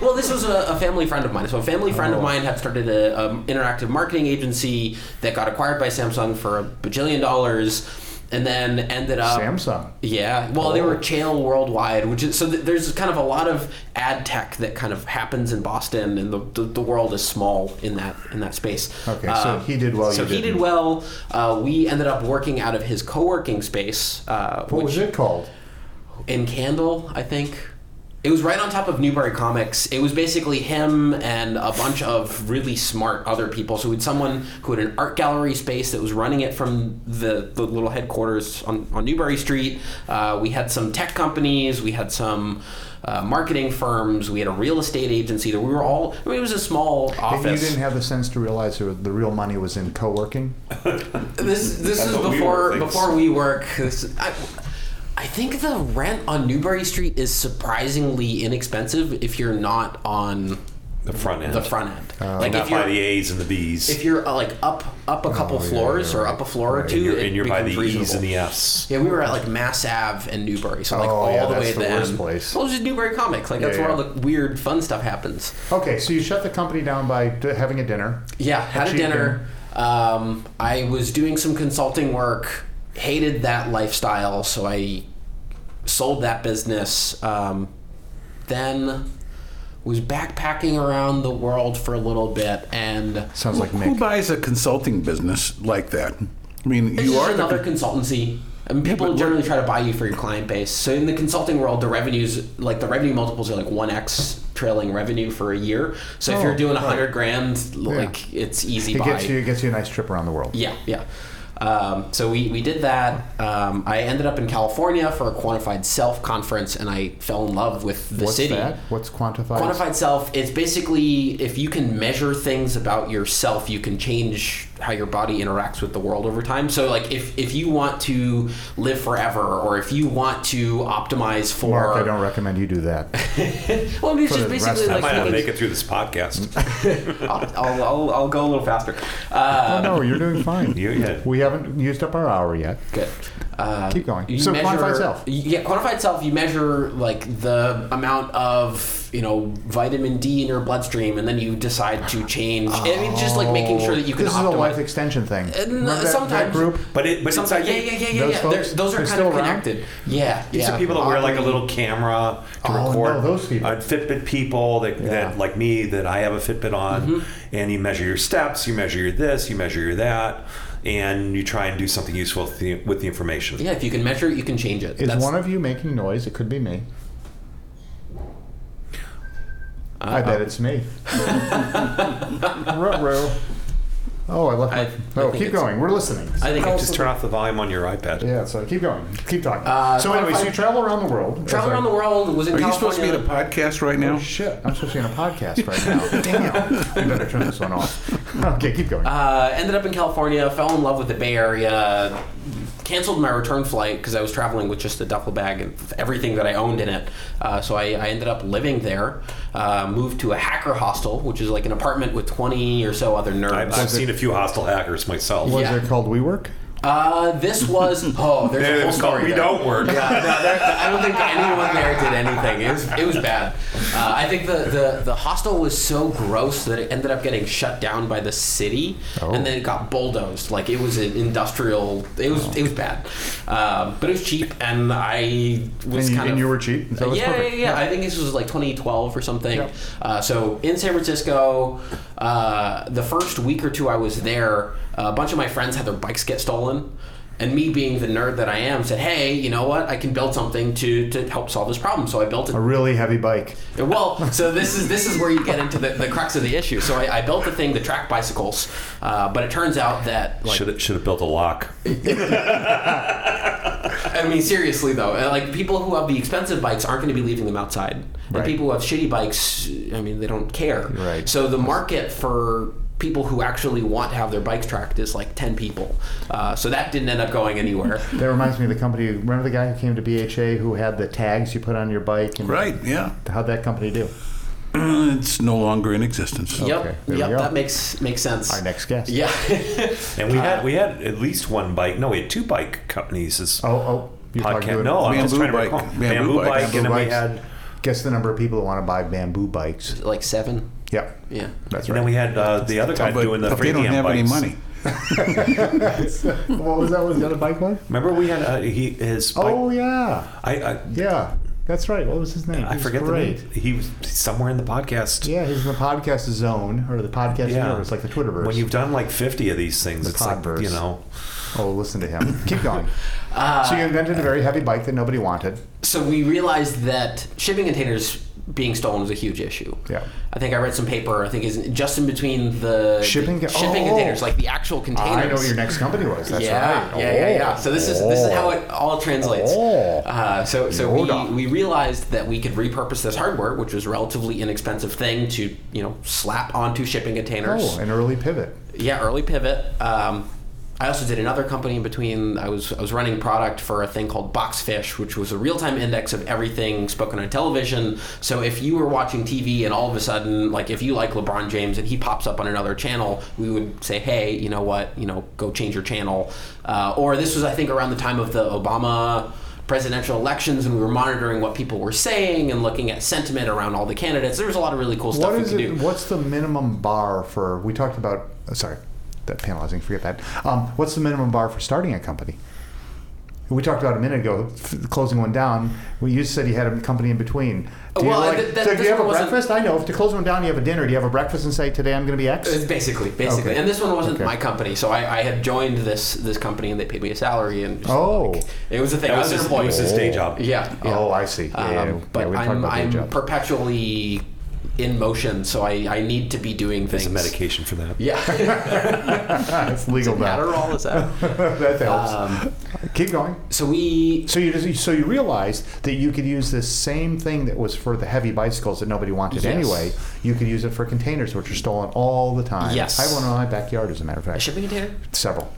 S1: well, this was a, a family friend of mine. So a family friend
S2: Oh.
S1: of mine had started a, a interactive marketing agency that got acquired by Samsung for a bajillion dollars, and then ended up.
S2: Samsung.
S1: Yeah. Well, they
S2: Oh.
S1: were channel worldwide, which is so th- there's kind of a lot of ad tech that kind of happens in Boston, and the, the, the world is small in that in that space. Um,
S2: Okay, so he did well,
S1: So
S2: you
S1: he
S2: didn't.
S1: did well. Uh, we ended up working out of his co-working space, uh,
S2: What
S1: which
S2: was it called?
S1: in Candle, I think. It was right on top of Newberry Comics. It was basically him and a bunch of really smart other people. So we had someone who had an art gallery space that was running it from the, the little headquarters on, on Newberry Street. Uh, we had some tech companies. We had some uh, marketing firms. We had a real estate agency. We were all, I mean, it was a small office.
S2: And you didn't have the sense to realize that the real money was in co-working.
S1: This this
S3: That's
S1: is
S3: what we
S1: before
S3: were thinking.
S1: before WeWork. This, I, I think the rent on Newbury Street is surprisingly inexpensive if you're not on
S3: the front end.
S1: the front end. like
S3: Uh, Not
S1: if
S3: by
S1: you're
S3: the Oh, A's and the B's.
S1: if you're uh, like up up a couple
S2: yeah,
S1: floors
S2: you're
S1: or up a floor or 2
S3: and you're,
S1: it
S3: and you're by the
S1: becomes
S3: E's
S1: reasonable.
S3: and the F's.
S1: yeah, we were at like Mass Ave and Newbury, so like
S2: Oh,
S1: all
S2: yeah,
S1: the
S2: that's
S1: way at
S2: the
S1: the
S2: worst
S1: end.
S2: place.
S1: Well, it was just Newbury Comic. Like that's
S2: Yeah,
S1: where all
S2: yeah.
S1: the weird fun stuff happens.
S2: Okay, so you shut the company down by d- having a dinner.
S1: Yeah, had a
S2: cheap
S1: dinner. Um, I was doing some consulting work, hated that lifestyle, so I sold that business. Um, then was backpacking around the world for a little bit, and
S2: Sounds like
S4: Who
S2: Mick.
S4: buys a consulting business like that? I mean,
S1: this
S4: you
S1: is
S4: are
S1: another
S4: the.
S1: consultancy. And people
S4: but what-
S1: generally try to buy you for your client base. So in the consulting world, the revenues, like the revenue multiples, are like one x trailing revenue for a year. So
S2: Oh,
S1: if you're doing a
S2: right.
S1: hundred grand, like it's easy
S2: It
S1: buy.
S2: gets you, it gets you a nice trip around the world.
S1: Yeah, yeah. Um, so we, we did that. Um, I ended up in California for a quantified self conference, and I fell in love with the
S2: What's
S1: city.
S2: that? What's quantified?
S1: Quantified self is basically if you can measure things about yourself, you can change how your body interacts with the world over time. So, like if if you want to live forever, or if you want to optimize for,
S2: Mark, I don't recommend you do that.
S1: *laughs* well, I mean, it's
S2: for
S1: just
S2: the rest
S1: basically
S2: of
S3: I
S1: like
S3: might not
S1: thinking-
S3: make it through
S1: *laughs*
S3: this podcast.
S1: I'll, I'll, I'll, I'll go a little faster. Uh,
S2: oh, no, you're doing fine.
S3: You- yeah.
S2: We haven't used up our hour yet.
S1: good. Uh,
S2: Keep going.
S1: you
S2: so
S1: measure-
S2: quantified self.
S1: Yeah, quantified self. You measure like the amount of you know vitamin D in your bloodstream, and then you decide to change. I mean, just like making sure that you can
S2: This is a
S1: optimize. Uh,
S2: life extension thing. Remember that, that
S1: sometimes.
S2: group.
S3: But it, but it's
S1: Sometimes,
S3: like,
S1: yeah, yeah, yeah, yeah,
S2: Those
S1: yeah.
S2: folks?
S1: They're- Those are
S2: They're
S1: kind
S2: still
S1: of
S2: around?
S1: connected. Yeah,
S3: These
S1: yeah.
S3: are people that wear like a
S2: Oddly-
S3: little camera to
S2: Oh,
S3: record.
S2: no, those people.
S3: Uh, Fitbit people that, that like me that I have a Fitbit on,
S1: Mm-hmm.
S3: and you measure your steps, you measure your this, you measure your that, and you try and do something useful with the, with the information.
S1: yeah, if you can measure it, you can change it.
S2: Is one of you making noise? It could be me. I bet it's me. Ruh-roh. *laughs* Oh, I left my.
S1: I- I
S2: oh,
S1: think
S2: keep
S1: it's-
S2: going. We're listening.
S1: I think
S3: You
S1: it's
S3: just turn off the volume on your iPad.
S2: yeah, so keep going. Keep talking.
S1: Uh,
S2: so, anyway, so you
S1: quantified-
S2: travel around the world.
S1: travel around the world was in
S4: Are you supposed to be
S1: California.
S4: in a podcast right
S1: Oh,
S3: Oh,
S4: now?
S2: Shit, I'm supposed to be in a podcast
S1: *laughs*
S2: right now. Damn. We better turn this one off. *laughs* Okay, keep going.
S1: uh, ended up in California, fell in love with the Bay Area, canceled my return flight because I was traveling with just a duffel bag and everything that I owned in it. Uh, so I, I ended up living there, uh, moved to a hacker hostel, which is like an apartment with 20 or so other
S3: I've,
S1: nerds.
S3: I've seen a few hostile hackers myself.
S2: was
S1: yeah.
S2: it called WeWork?
S1: Uh, this was, oh, there's a
S3: It
S1: whole
S3: was called
S1: story
S3: We
S1: there.
S3: Don't Work.
S1: Yeah, no, that, that- I don't think anyone there did anything. It was it was bad. Uh, I think the, the the hostel was so gross that it ended up getting shut down by the city,
S2: Oh.
S1: and then it got bulldozed. Like it was an industrial. It was it was bad, um, but it was cheap, and I was
S2: And you,
S1: kind
S2: and
S1: of
S2: you were cheap. So it's
S1: yeah, yeah,
S2: perfect.
S1: yeah, I think this was like 2012 or something.
S2: Yep.
S1: Uh, so in San Francisco, uh, the first week or two I was there, uh, a bunch of my friends had their bikes get stolen. And me being the nerd that I am said, hey, you know what? I can build something to, to help solve this problem. So I built *laughs* it.
S2: A really heavy bike.
S1: Well, so this is this is where you get into the, the crux of the issue. So I, I built the thing to track bicycles, uh, but it turns out that like
S3: Should have, should have built a lock.
S1: I mean, seriously though, uh, like people who have the expensive bikes aren't going to be leaving them outside,
S2: Right.
S1: and people who have shitty bikes, I mean, they don't care.
S2: Right.
S1: So the market for people who actually want to have their bikes tracked is like ten people. Uh, so that didn't end up going
S2: *laughs*
S1: anywhere.
S2: That reminds me of the company. Remember the guy who came to BHA who had the tags you put on your bike? And
S4: Right, yeah.
S2: How'd that company do?
S4: It's no longer in existence.
S2: there
S1: yep.
S2: we
S1: Yep.
S2: go.
S1: That makes makes sense.
S2: Our next guest.
S1: Yeah. *laughs*
S3: And we had we had at least one bike. No, we had two bike companies. This
S2: Oh, oh. You're talking
S3: podcast.
S2: to-
S3: No, I'm just
S4: Bamboo
S3: trying to
S4: bike.
S3: recall.
S4: Bamboo
S3: Bamboo
S4: bike.
S3: bike,
S4: Bamboo
S3: and then we
S2: bikes.
S3: had
S2: Guess the number of people who want to buy bamboo bikes.
S1: like seven.
S2: Yep.
S1: Yeah.
S2: That's
S3: and then
S2: right.
S3: we had uh, the other guy
S4: But,
S3: doing the
S4: but they don't
S3: freehand
S4: have
S3: bikes.
S4: any
S2: *laughs*
S4: money.
S2: what was that? What was the other bike one?
S3: Remember, we had uh, he his bike.
S2: Oh, yeah.
S3: I, I,
S2: Yeah. That's right. What was his name? He
S3: I
S2: was
S3: forget
S2: great.
S3: the name. He was somewhere in the podcast.
S2: Yeah, he's in the podcast zone or the podcast
S3: Yeah.
S2: universe, like the Twitterverse.
S3: When you've done like 50 of these things,
S2: The
S3: it's like,
S2: podverse.
S3: you know.
S2: oh, listen to him. Keep
S3: *laughs*
S2: going.
S3: Uh,
S2: so you invented a very heavy bike that nobody wanted.
S1: so we realized that shipping containers being stolen was a huge issue.
S2: Yeah.
S1: I think I read some paper. I think is just in between the
S2: Shipping
S1: the
S2: con-
S1: shipping
S2: oh.
S1: containers, like the actual containers.
S2: I know what your next company was. That's
S1: yeah,
S2: right.
S1: yeah, yeah,
S2: Oh.
S1: yeah. So this is this is how it all translates.
S2: Oh.
S1: Uh, so so
S2: Yoda.
S1: we, we realized that we could repurpose this hardware, which was a relatively inexpensive thing to you know slap onto shipping containers.
S2: Oh, an early pivot.
S1: Yeah, early pivot. Um, I also did another company in between. I was I was running product for a thing called Boxfish, which was a real time index of everything spoken on television. So if you were watching TV and all of a sudden, like if you like LeBron James and he pops up on another channel, we would say, hey, you know what, you know, go change your channel. Uh, or this was I think around the time of the Obama presidential elections, and we were monitoring what people were saying and looking at sentiment around all the candidates. There was a lot of really cool stuff
S2: What
S1: we
S2: is
S1: could
S2: it?
S1: do.
S2: What's the minimum bar for? We talked about. uh, Sorry, that penalizing. Forget that. Um, what's the minimum bar for starting a company? We talked about a minute ago, f- closing one down. Well, you said you had a company in between. Do
S1: Well,
S2: you, like,
S1: th- that-
S2: so do
S1: this
S2: you have a
S1: one wasn't-
S2: breakfast? I know. If to close one down, you have a dinner. Do you have a breakfast and say, "Today I'm going to be X"?
S1: It's basically, basically,
S2: Okay.
S1: and this one wasn't
S2: Okay.
S1: my company, so I, I had joined this this company and they paid me a salary and just,
S2: Oh.
S1: like, it was a thing. I
S3: That was
S1: was an
S3: his, it
S1: employee.
S3: was his day job.
S1: Yeah, yeah.
S2: Oh, I see. Oh, Yeah, yeah, yeah.
S1: Um, but
S2: we talked
S1: I'm
S2: about day
S1: I'm
S2: job.
S1: perpetually in motion, so I, I need to be doing things.
S3: There's a medication for that.
S2: *laughs*
S1: Yeah,
S2: it's legal now.
S1: Adderall is out.
S2: *laughs* that helps.
S1: Um,
S2: Keep going.
S1: so we
S2: So you just, so you realized that you could use this same thing that was for the heavy bicycles that nobody wanted
S1: Yes.
S2: anyway. You could use it for containers, which are stolen all the time.
S1: Yes.
S2: I have one in my backyard, as a matter of fact.
S1: shipping container.
S2: Several.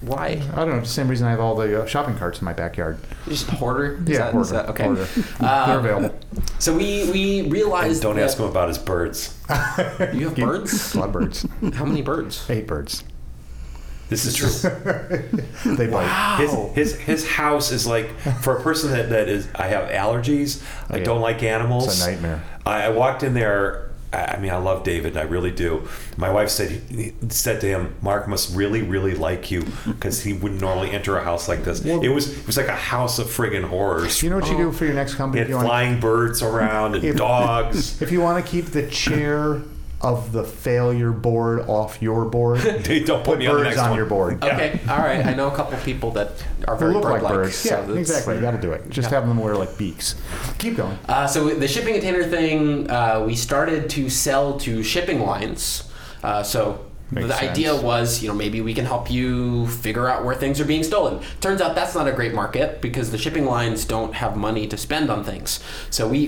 S1: Why?
S2: I don't know. it's The same reason I have all the uh, shopping carts in my backyard.
S1: You're Just a hoarder. Is
S2: yeah,
S1: that- is
S2: hoarder,
S1: that- okay. *laughs*
S2: hoarder. They're
S1: Um,
S2: available.
S1: so we we
S3: And
S1: realized.
S3: don't
S1: that
S3: ask him about his
S2: *laughs*
S3: birds.
S1: You have birds.
S2: A lot of birds.
S1: How many birds?
S2: Eight birds.
S3: This is true.
S2: They bite.
S3: His, his his house is like for a person that, that is I have allergies. I
S2: Yeah.
S3: don't like animals.
S2: It's a nightmare.
S3: I, I walked in there. I I mean, I love David. I really do. My wife said he- said to him, "Mark must really, really like you because he wouldn't normally enter a house like this. it was it was like a house of friggin' horrors.
S2: You know what you
S1: Oh.
S2: do for your next
S3: He
S2: company?
S3: had
S2: If you, want,
S3: flying birds around and
S2: If- *laughs*
S3: dogs.
S2: if you want to keep the chair of the failure board off your board,
S3: Dude, don't *laughs* put me on the
S2: birds
S3: next
S2: on
S3: one.
S2: your board.
S1: Okay. All right. I know a couple people that are
S2: They
S1: very
S2: look like
S1: bird-like.
S2: birds.
S1: so
S2: yeah,
S1: that's-
S2: exactly. That'll do it. Just have them wear like beaks. Keep going.
S1: Uh, so the shipping container thing, uh, we started to sell to shipping lines. Uh, so
S2: Makes
S1: the
S2: sense.
S1: idea was, you know, maybe we can help you figure out where things are being stolen. Turns out that's not a great market because the shipping lines don't have money to spend on things. So we,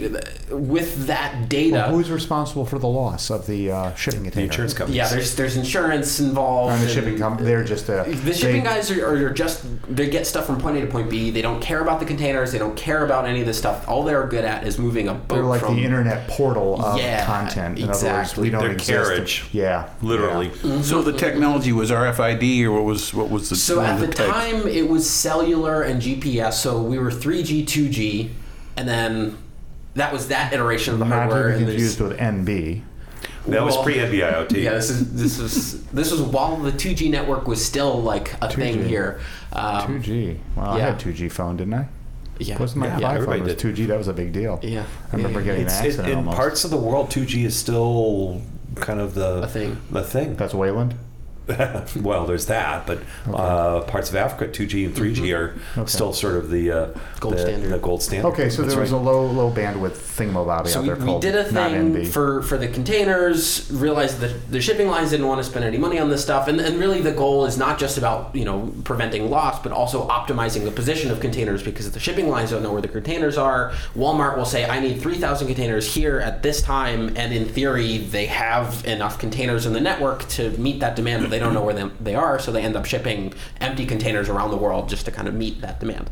S1: with that data,
S2: Who's responsible for the loss of the uh, shipping
S3: The
S2: container?
S3: insurance company.
S1: yeah, there's there's insurance involved.
S2: And the
S1: and-
S2: shipping company. They're just a.
S1: the shipping guys are, are just they get stuff from point A to point B. They don't care about the containers. They don't care about any of this stuff. All they're good at is moving a boat
S2: They're like
S1: from
S2: the internet portal of
S1: Yeah,
S2: content. In other words,
S1: exactly.
S2: we don't
S3: Their
S2: exist.
S3: carriage.
S2: Yeah.
S3: literally.
S4: So the technology was RFID, or what was what was the?
S1: So
S4: what
S1: at
S4: was
S1: the
S4: tech?
S1: time, it was cellular and GPS. So we were 3G, 2G, and then that was that iteration of the
S2: Not
S1: hardware.
S2: to be
S1: and there's-
S2: confused with NB.
S3: That was
S1: Well-
S3: pre NBIOT.
S1: Yeah, this is this was this was while the 2G network was still like a thing
S2: 2G.
S1: here. Um,
S2: 2G. Wow, I
S1: yeah.
S2: had 2G phone, didn't I?
S1: Yeah.
S2: Wasn't my
S3: Yeah,
S2: yeah,
S3: everybody
S2: iPhone was
S3: did.
S2: 2G? That was a big deal.
S1: Yeah.
S2: I remember
S1: Yeah,
S2: getting
S3: It's,
S2: an
S3: it,
S2: accident
S3: in
S2: almost.
S3: parts of the world, 2G is still kind of the
S1: A thing.
S3: The thing.
S2: That's Wayland.
S3: *laughs* well, there's that, but uh, parts of Africa, 2G and
S2: Mm-hmm.
S3: 3G are still sort of the uh,
S1: Gold
S3: the,
S1: standard.
S3: The gold standard.
S2: Okay, so
S3: That's
S2: there was a
S3: right.
S2: low low bandwidth thingamabobby
S1: So
S2: out
S1: we,
S2: there
S1: we
S2: called
S1: did a
S2: not
S1: thing
S2: NB.
S1: for, for the containers, realized that the shipping lines didn't want to spend any money on this stuff, and, and really the goal is not just about, you know, preventing loss, but also optimizing the position of containers because if the shipping lines don't know where the containers are, Walmart will say, I need 3,000 containers here at this time, and in theory, they have enough containers in the network to meet that demand, but they don't know where they, they are, so they end up shipping empty containers around the world just to kind of meet that demand.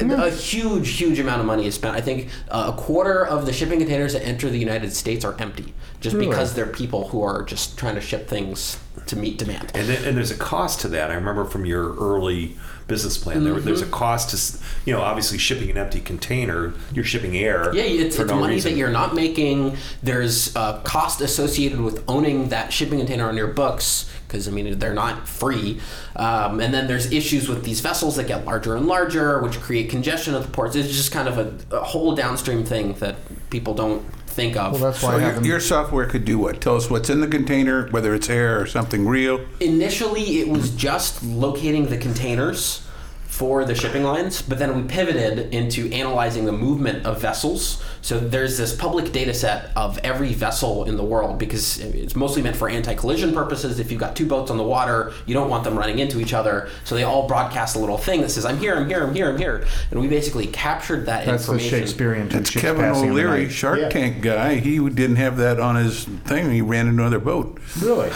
S1: A huge, huge amount of money is spent. I think uh, a quarter of the shipping containers that enter the United States are empty, just
S2: Really?
S1: because they're people who are just trying to ship things to meet demand.
S3: And, then, and there's a cost to that. I remember from your early business plan, there, there's
S1: Mm-hmm.
S3: a cost to, s- you know, obviously shipping an empty container, you're shipping air.
S1: yeah, it's,
S3: for
S1: it's
S3: no
S1: money
S3: reason.
S1: that you're not making. There's uh, cost associated with owning that shipping container on your books because I mean they're not free. Um, and then there's issues with these vessels that get larger and larger, which create congestion at the ports. It's just kind of a, a whole downstream thing that people don't think of.
S2: Well, that's why
S4: So
S2: I
S4: your,
S2: haven't.
S4: your software could do what? Tell us what's in the container, whether it's air or something real.
S1: initially it was just locating the containers for the shipping lines but then we pivoted into analyzing the movement of vessels so there's this public data set of every vessel in the world because it's mostly meant for anti-collision purposes if you've got two boats on the water you don't want them running into each other so they all broadcast a little thing that says i'm here i'm here i'm here i'm here and we basically captured that
S2: that's the
S1: information
S2: Shakespearean. two
S4: That's
S2: ships
S4: Kevin
S2: passing in the
S4: O'Leary,
S2: night.
S4: Shark
S2: Yeah.
S4: Tank guy. He didn't have that on his thing. He ran into
S2: *laughs*
S4: another boat.
S2: Really?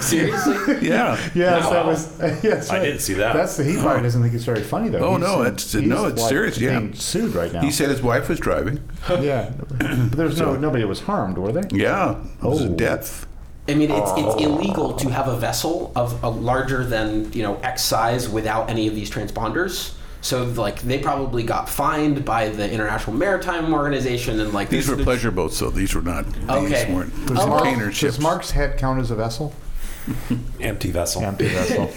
S1: seriously
S4: Yeah.
S2: Yes,
S3: Wow.
S2: that was. *laughs* Yes,
S3: I
S2: right.
S3: didn't see that.
S2: That's the he probably doesn't think it's very funny though.
S4: Oh,
S2: He's
S4: no,
S2: in-
S4: it's- no,
S2: he's,
S4: it's
S2: like,
S4: serious, yeah.
S2: Being sued right now.
S4: He said his wife was driving.
S2: yeah, but there's no nobody was harmed, were they?
S4: Yeah. It was a
S2: Oh.
S4: death.
S1: I mean, it's,
S4: Oh.
S1: it's illegal to have a vessel of a larger than you know X size without any of these transponders. So like they probably got fined by the International Maritime Organization and like
S4: These were
S1: there's-
S4: pleasure boats, though. These were not.
S1: Okay.
S4: These weren't
S1: Does Mark-
S4: container ships.
S2: Does Mark's head count as a vessel?
S3: Empty vessel.
S2: Empty
S4: *laughs*
S2: vessel,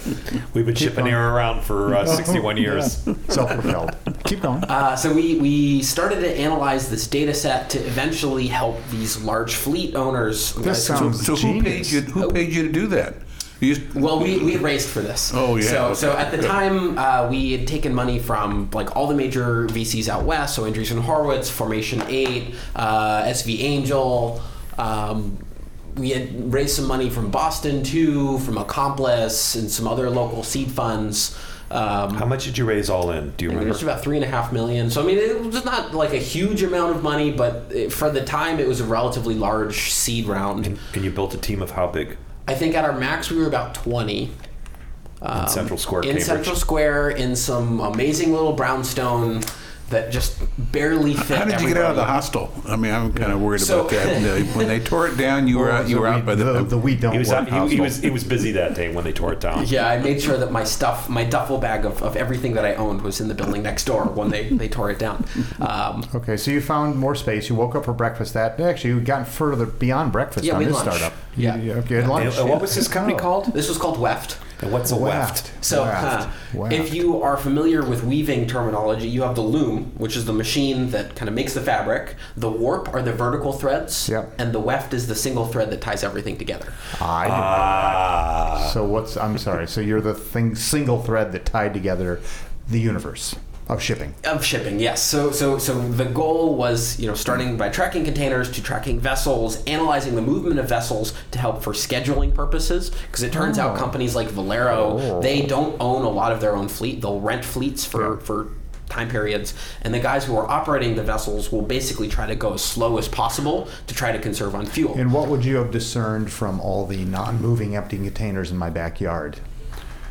S3: We've been shipping
S2: going.
S3: air around
S2: *laughs*
S3: for uh, 61 years.
S2: Yeah. self-propelled. Keep going.
S1: Uh, so we, we started to analyze this data set to eventually help these large fleet owners.
S2: This
S1: Uh,
S4: so
S2: sounds
S4: so who paid
S2: genius.
S4: you? Who paid you to do that? You used-
S1: Well, we, we had raised for this.
S4: Oh, yeah,
S1: So,
S4: okay.
S1: so at the
S4: Good.
S1: time, uh, we had taken money from like all the major VCs out west. So Andreessen Horowitz, Formation Eight, uh, SV Angel. Um, we had raised some money from Boston too, from Accomplice and some other local seed funds. Um,
S3: How much did you raise all in? Do you
S1: it was
S3: remember?
S1: about three and a half million. So I mean, it was not like a huge amount of money, but it, for the time, it was a relatively large seed round.
S4: Mm-hmm.
S3: And you built a team of how big?
S1: I think at our max we were about 20. Um,
S3: Central Square,
S1: in
S3: Cambridge.
S1: Central Square, in some amazing little brownstone that just barely fit.
S4: How did you get out of the
S1: everybody.
S4: hostel? I mean, I'm kind of worried
S1: So-
S4: about that. And, uh, when they tore it down, you were out, you were out by the,
S2: the, the we don't
S3: He was,
S2: work
S3: he, he
S2: household.
S3: was he was busy that day when they tore it down.
S1: Yeah, I made sure that my stuff, my duffel bag of, of everything that I owned was in the building next door when they, they tore it down. Um,
S2: Okay, so you found more space. You woke up for breakfast. That actually, you gotten further beyond breakfast
S1: Yeah,
S2: on
S1: we
S2: this
S1: had lunch.
S2: startup.
S1: Yeah.
S2: You- you- okay, had lunch.
S3: And, and what was his company
S2: Oh.
S3: called?
S1: this was called Weft.
S3: And what's a weft?
S2: Waft.
S1: So,
S2: Waft.
S1: huh,
S2: Waft.
S1: if you are familiar with weaving terminology, you have the loom, which is the machine that kind of makes the fabric. The warp are the vertical threads,
S2: Yep.
S1: and the weft is the single thread that ties everything together.
S2: I didn't
S3: Ah.
S2: So what's? I'm sorry. So you're the thing, single thread that tied together the universe of shipping.
S1: of shipping yes so so so the goal was you know starting by tracking containers to tracking vessels analyzing the movement of vessels to help for scheduling purposes because it turns
S2: Oh.
S1: out companies like valero they don't own a lot of their own fleet they'll rent fleets for for time periods and the guys who are operating the vessels will basically try to go as slow as possible to try to conserve on fuel
S2: And what would you have discerned from all the non-moving empty containers in my backyard?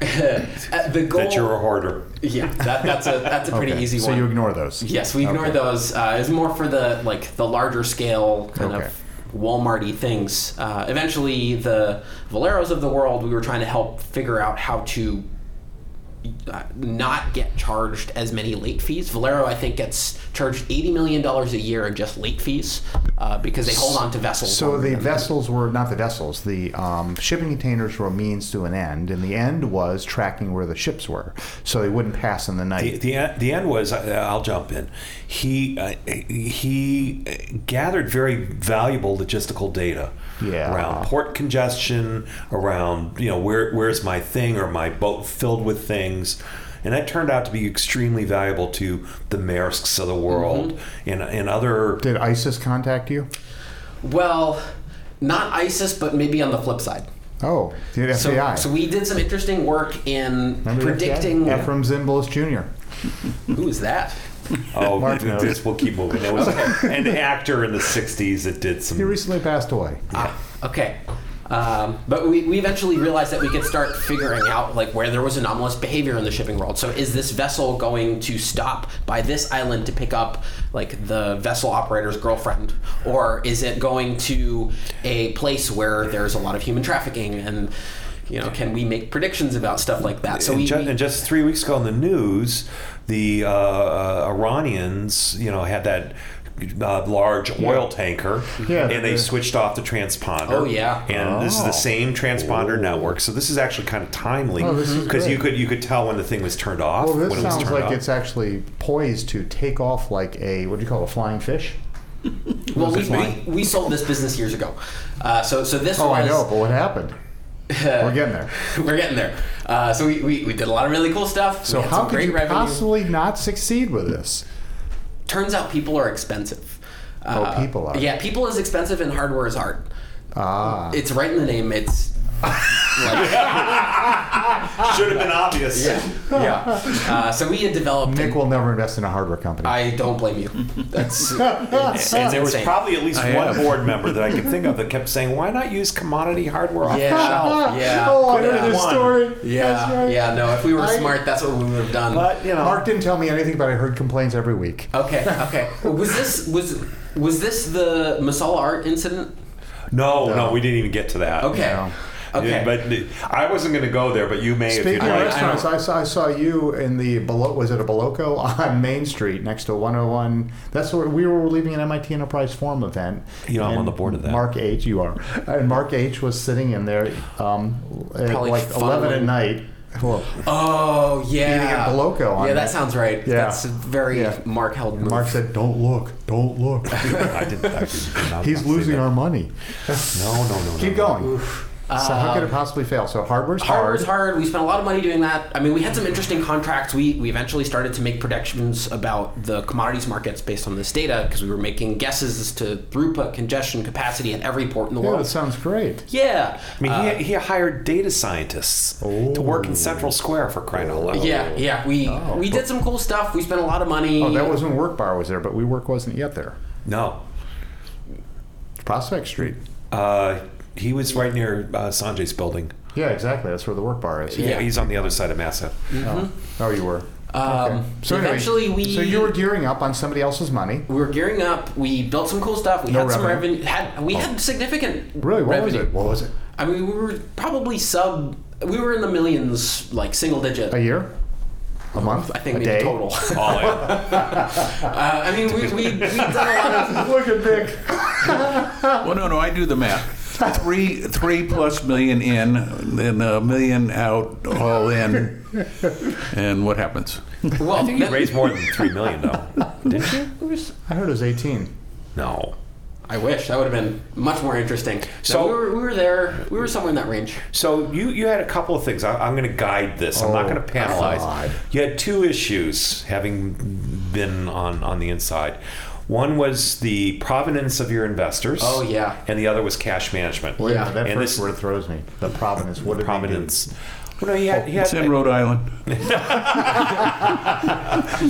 S1: Uh, the goal
S3: That you're a hoarder.
S1: yeah that, that's a that's a pretty
S2: Okay,
S1: easy
S2: so
S1: one
S2: you ignore those.
S1: Yes, we ignore
S2: Okay.
S1: those. Uh, it's more for the like the larger scale kind
S2: Okay.
S1: of Walmarty things. Uh, eventually, the Valeros of the world, we were trying to help figure out how to uh, not get charged as many late fees. Valero, I think, gets charged eighty million dollars a year in just late fees uh, because they hold on to vessels.
S2: So
S1: longer
S2: the
S1: than-
S2: vessels were not the vessels. The um, shipping containers were a means to an end, and the end was tracking where the ships were, so they wouldn't pass in the
S3: The,
S2: night.
S3: the, en- the end was I- I'll jump in. He uh, he gathered very valuable logistical data
S2: Yeah.
S3: around port congestion, around you know where where's my thing or my boat filled with things, and that turned out to be extremely valuable to the Maersk's of the world and and other
S2: Did ISIS contact you?
S1: well, not ISIS, but maybe on the flip side.
S2: Oh, the
S1: So,
S2: FBI.
S1: so we did some interesting work in
S2: Remember the FBI?
S1: predicting
S2: Ephraim Zimbalist Jr.
S1: who is that.
S3: oh
S2: Mark
S3: th-
S2: knows.
S3: this will keep moving. There was an actor in the '60s that did
S2: He
S3: some.
S2: recently passed away.
S1: Okay. Um, but we, we eventually realized that we could start figuring out like where there was anomalous behavior in the shipping world. So is this vessel going to stop by this island to pick up like the vessel operator's girlfriend, or is it going to a place where there's a lot of human trafficking? And you know, can we make predictions about stuff like that? So
S3: and,
S1: we,
S3: ju-
S1: we-
S3: and just three weeks ago in the news, the uh, uh, Iranians, you know, had that uh, large oil tanker,
S2: Yeah,
S3: and they
S2: the-
S3: switched off the transponder.
S1: Oh, yeah.
S3: and this is the same transponder network. So this is actually kind of timely
S2: Oh, this is
S3: because you
S2: great.
S3: could you could tell when the thing was turned off.
S2: Well,
S3: when
S2: this
S3: it was
S2: sounds
S3: turned
S2: like
S3: off.
S2: it's actually poised to take off like a what do you call it, a flying fish?
S1: well, we,
S2: this line?
S1: we, we sold this business years ago. Uh, so so this
S2: Oh,
S1: was
S2: I know, but what happened? We're getting there.
S1: *laughs* we're getting there. Uh, so we, we, we did a lot of really cool stuff.
S2: So
S1: we had
S2: how
S1: some
S2: could
S1: great
S2: you
S1: revenue.
S2: possibly not succeed with this?
S1: turns out people are expensive. Uh,
S2: Oh, people are.
S1: Yeah, people is expensive and hardware is hard.
S2: Ah,
S1: It's right in the name. It's. like,
S3: should have Ah! been obvious.
S1: yeah. yeah. Uh, so we had developed.
S2: Nick will never invest in a hardware company.
S1: I don't blame you.
S2: *laughs*
S1: That's. it's,
S3: And
S1: it's
S3: there was
S1: insane.
S3: probably at least
S4: I
S3: one
S4: have.
S3: board member that I could think of that kept saying, "Why not use commodity hardware off the shelf?"
S1: Yeah. Yeah.
S2: oh, I
S1: Could
S2: heard
S1: have
S2: this
S3: won.
S2: story. That's
S1: yeah.
S2: right.
S1: Yeah. No, if we were
S2: I-
S1: smart, that's what we would have done.
S3: But you know,
S2: Mark didn't tell me anything, but I heard complaints every week.
S1: okay. Okay. Was this was was this the Masala art incident?
S3: no, no, we didn't even get to that.
S1: Okay.
S2: No.
S1: Okay.
S3: Yeah, but I wasn't going to go there, but you may if
S2: Speaking
S3: you'd
S2: of
S3: like.
S2: restaurants, I, saw I saw you in the Belo- was it a Boloco *laughs* on Main Street next to 101. That's where we were leaving an MIT Enterprise Forum event.
S3: You know, I'm on
S2: and
S3: the board of that.
S2: Mark H, you are, and Mark H was sitting in there um, at
S1: Probably
S2: like 11 at
S1: funneling-
S2: night. Well,
S1: oh yeah.
S2: Eating a Boloco on
S1: Yeah, that
S2: it.
S1: sounds right.
S2: Yeah.
S1: That's a very
S2: Yeah.
S1: Mark held move.
S2: Mark said, "Don't look, don't
S3: *laughs*
S2: look.
S3: I didn't. I did not
S2: He's
S3: say
S2: losing
S3: that. Oh,
S2: our money."
S3: No, no, no. no,
S2: Keep
S3: no.
S2: going.
S1: Oof.
S2: So how
S3: Um,
S2: could it possibly fail? So hardware's
S1: Hard
S2: hard.
S1: was hard. We spent a lot of money doing that. I mean, we had some interesting contracts. We we eventually started to make predictions about the commodities markets based on this data because we were making guesses as to throughput, congestion, capacity at every port in the
S2: Yeah, that
S1: world.
S2: sounds great.
S1: Yeah.
S3: I mean,
S2: Uh,
S3: he, he hired data scientists to work in Central Square for crying out loud.
S1: Yeah, yeah, we we did some cool stuff. We spent a lot of money.
S2: Oh, that was when Work Bar was there, but we work wasn't yet there.
S3: No.
S2: Prospect Street.
S3: Uh, he was right near uh, Sanjay's building.
S2: Yeah, exactly. That's where the Work Bar is.
S1: Yeah.
S3: He's on the other side of Massa.
S2: Oh, oh you were.
S1: Mm-hmm. Um,
S2: Okay. So anyway,
S1: eventually we
S2: So you were gearing up on somebody else's money.
S1: we were gearing up. We built some cool stuff. We
S2: No
S1: had some
S2: revenue.
S1: revenue.
S2: Oh.
S1: Had we had significant
S2: Really? What
S1: revenue.
S2: was it? What was it?
S1: I mean, we were probably sub. We were in the millions, like single digit.
S2: A year? A month?
S1: I think
S2: a
S1: maybe
S2: day?
S1: total.
S3: All in.
S1: Uh, I mean, we we we did a lot of.
S2: *laughs* Look at Vic.
S4: Well, no, no, I do the math. Three, three plus million in, then a million out, all in, and what happens?
S1: Well,
S3: I think he
S1: that-
S3: raised more than three million, though. *laughs* Didn't you?
S2: I heard it was 18.
S3: No.
S1: I wish that would have been much more interesting.
S3: So-
S1: So we were, we were there. We were somewhere in that range.
S3: So you you had a couple of things. I, I'm going to guide this. I'm not
S2: Oh,
S3: going to panelize.
S2: God.
S3: You had two issues, having been on on the inside. One was the provenance of your investors.
S1: Oh, yeah.
S3: And the other was cash management.
S2: Wait a
S1: Yeah.
S2: minute, that
S3: And
S2: first
S3: this-
S2: word throws me. The provenance. What did they do?
S3: Provenance. Well, no, he had, he had,
S4: It's in Rhode Island.
S2: *laughs*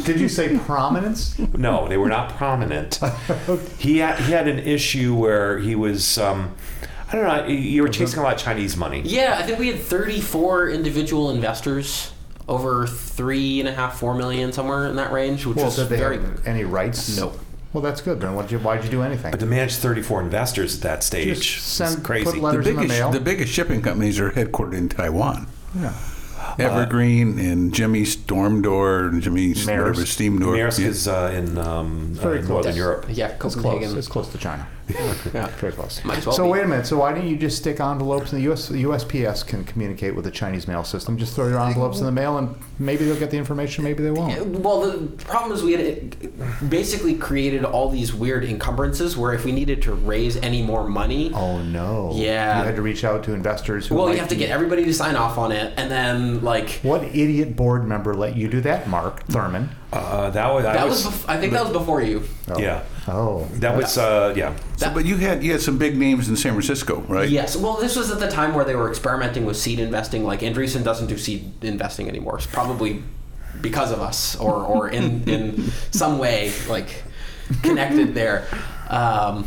S2: Did you say
S1: *laughs*
S2: prominence?
S3: No, they were not
S2: *laughs*
S3: prominent. he had, he had an issue where he was. Um, I don't know. You were
S2: Uh-huh.
S3: chasing a lot of Chinese money.
S1: Yeah, I think we had 34 individual investors over three and a half, four million, somewhere in that range, which
S2: Well,
S1: was
S2: did they
S1: very.
S2: have any rights?
S1: Nope.
S2: Well, that's good. Then why'd you, why'd you do anything?
S3: But to manage 34 investors at that stage
S2: Just
S3: is
S2: send-
S3: crazy.
S2: put
S4: The
S2: letters in the
S4: biggest,
S2: mail.
S4: the biggest shipping companies are headquartered in Taiwan.
S2: yeah.
S4: Evergreen and Jimmy Storm Door and Jimmy
S2: Maersk.
S4: whatever Steam Door.
S3: Maersk
S4: Yeah.
S3: is uh, in um, uh,
S2: Very close.
S3: Northern Europe.
S1: Yeah,
S2: It's close.
S1: Copenhagen.
S2: It's close to China.
S1: Yeah.
S2: Very close.
S1: Might as well
S2: so
S1: be.
S2: wait a minute. So why didn't you just stick envelopes in the US? The USPS can communicate with the Chinese mail system. Just throw your envelopes in the mail, and maybe they'll get the information. Maybe they won't.
S1: Well, the problem is we had basically created all these weird encumbrances where if we needed to raise any more money,
S2: Oh no.
S1: Yeah.
S2: You had to reach out to investors. Who
S1: well, you
S2: might
S1: have to
S2: be-
S1: get everybody to sign off on it, and then like
S2: What idiot board member let you do that, Mark Thurman?
S3: Uh, that was.
S1: that was. bef- I think that was before you.
S3: Yeah.
S2: Oh.
S3: That was. Uh, yeah.
S4: So, but you had you had some big names in San Francisco, right?
S1: Yes. Well, this was at the time where they were experimenting with seed investing. Like Andreessen doesn't do seed investing anymore. It's probably because of us, or or in in some way like connected there. Um,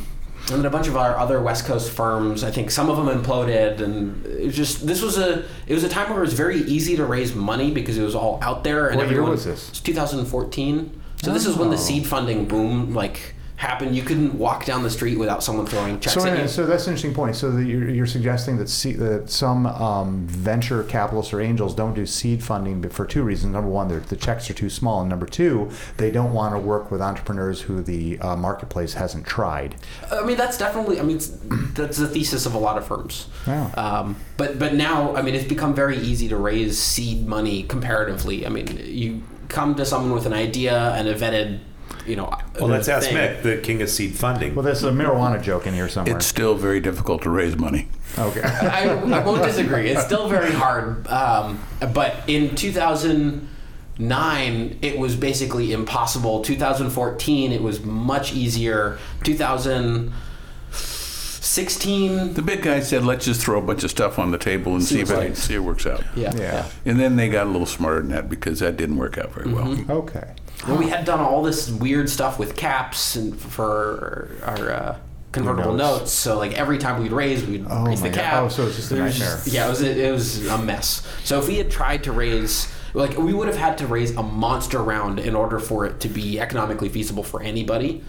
S1: and then a bunch of our other West Coast firms. I think some of them imploded, and it was just this was a it was a time where it was very easy to raise money because it was all out there. And
S2: What year
S1: everyone,
S2: was this?
S1: It's 2014. So this is when
S2: Oh.
S1: the seed funding boom like happened. You couldn't walk down the street without someone throwing checks
S2: So,
S1: at
S2: wait a
S1: you.
S2: minute, so that's an interesting point. So that you're, you're suggesting that, se that some um, venture capitalists or angels don't do seed funding be- for two reasons. Number one, they're- the checks are too small, and number two, they don't want to work with entrepreneurs who the uh, marketplace hasn't tried.
S1: I mean, that's definitely. I mean, it's, that's the thesis of a lot of firms.
S2: Yeah.
S1: Um, but but now, I mean, it's become very easy to raise seed money comparatively. I mean, you come to someone with an idea and a vetted, you know.
S3: Well, let's ask
S1: thing.
S3: Mick, the king of seed funding.
S2: Well, there's a marijuana joke in here somewhere.
S4: It's still very difficult to raise money.
S1: *laughs*
S2: okay.
S1: I, I won't disagree. It's still very hard. Um, but in 2009, it was basically impossible. 2014, it was much easier. 2016.
S4: The big guy said, "Let's just throw a bunch of stuff on the table and see if
S1: Right.
S4: it, see it works out."
S1: Yeah.
S2: Yeah.
S4: And then they got a little smarter than that because that didn't work out very well.
S2: Okay.
S1: Well, we had done all this weird stuff with caps and f- for our uh, convertible
S2: Your
S1: notes.
S2: notes.
S1: So like every time we'd raise, we'd
S2: Oh
S1: raise the
S2: my God.
S1: cap.
S2: Oh, so it's just a
S1: It was
S2: nightmare.
S1: yeah, it was a, it was a mess. So if we had tried to raise like we would have had to raise a monster round in order for it to be economically feasible for anybody.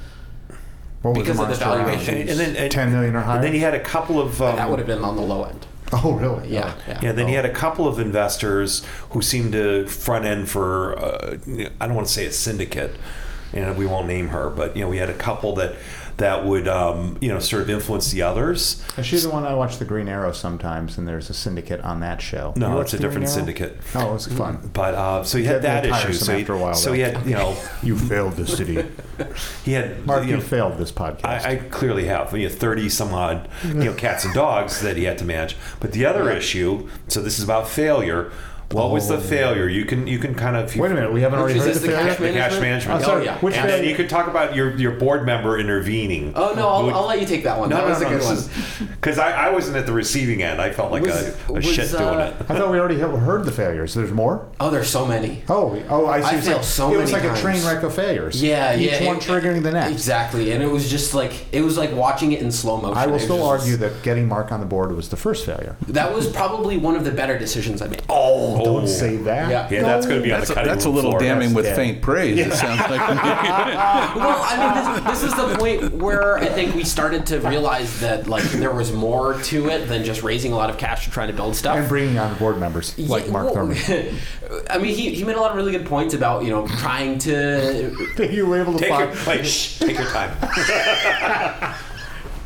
S2: What was
S1: Because of the
S2: monster round?
S1: valuation.
S3: and, and then and,
S2: Ten million or higher.
S3: And then he had a couple of. Um,
S1: That Oh. would have been on the low end.
S2: oh, really?
S1: Yeah. Yeah.
S3: Yeah, then he had a couple of investors who seemed to front end for, uh, I don't want to say a syndicate, and we won't name her, but you know, we had a couple that that would um, you know sort of influence the others.
S2: And She's the one I watch The Green Arrow sometimes, and there's a syndicate on that show.
S3: No,
S2: You watch
S3: it's a
S2: The Green
S3: different
S2: Arrow?
S3: syndicate.
S2: Oh, it's fun.
S3: But uh, so he had
S2: That- that
S3: that issue.
S2: tires
S3: So
S2: him
S3: he,
S2: after a while,
S3: so
S2: though.
S3: he had you know
S2: You failed the city.
S3: he had
S2: Mark,
S3: you
S2: you
S3: know,
S2: failed this podcast.
S3: I, I clearly have you know, 30 some odd you know, cats and dogs that he had to manage. But the other issue, so this is about failure. What was the failure? You can you can kind of
S2: Wait a minute, we haven't already
S1: Is
S2: heard
S1: this
S2: of the
S1: the
S2: failure?
S3: The cash management.
S2: Oh, sorry,
S1: Oh, yeah.
S2: which
S3: and then
S2: failure?
S3: you could talk about your, your board member intervening.
S1: Oh no, I'll,
S3: Would-
S1: I'll let you take that one. that was a good one.
S3: Because I, I wasn't at the receiving end. I felt like
S1: Was-
S3: a, a
S1: was,
S3: shit doing
S1: uh,
S3: it.
S2: I thought we already had- heard the failures. There's more.
S1: Oh, there's so many.
S2: Oh, oh, I see.
S1: I
S2: It's
S1: fail
S2: like-
S1: so
S2: It was
S1: many
S2: like a train
S1: times.
S2: wreck of failures.
S1: Yeah,
S2: Each
S1: yeah.
S2: one
S1: it-
S2: triggering the next.
S1: Exactly, and it was just like it was like watching it in slow motion.
S2: I
S1: It
S2: will
S1: was
S2: still
S1: just-
S2: argue that getting Mark on the board was the first failure.
S1: that was probably one of the better decisions I made.
S3: Oh,
S2: Don't say that.
S1: Yeah.
S3: Yeah, that's going to be on
S4: That's,
S3: the
S4: a,
S3: cutting
S4: that's a
S3: room
S4: little
S3: floor.
S4: damning with
S2: dead.
S4: faint praise, it sounds like.
S1: Well, I mean, this, this is the point where I think we started to realize that like there was more to it than just raising a lot of cash and trying to build stuff.
S2: And bringing on board members like
S1: Yeah,
S2: Mark
S1: well, *laughs*
S2: Thurman. *laughs*
S1: I mean, he, he made a lot of really good points about you know trying to.
S2: you were able to
S3: Take your,
S2: find.
S3: wait, shh, take your time.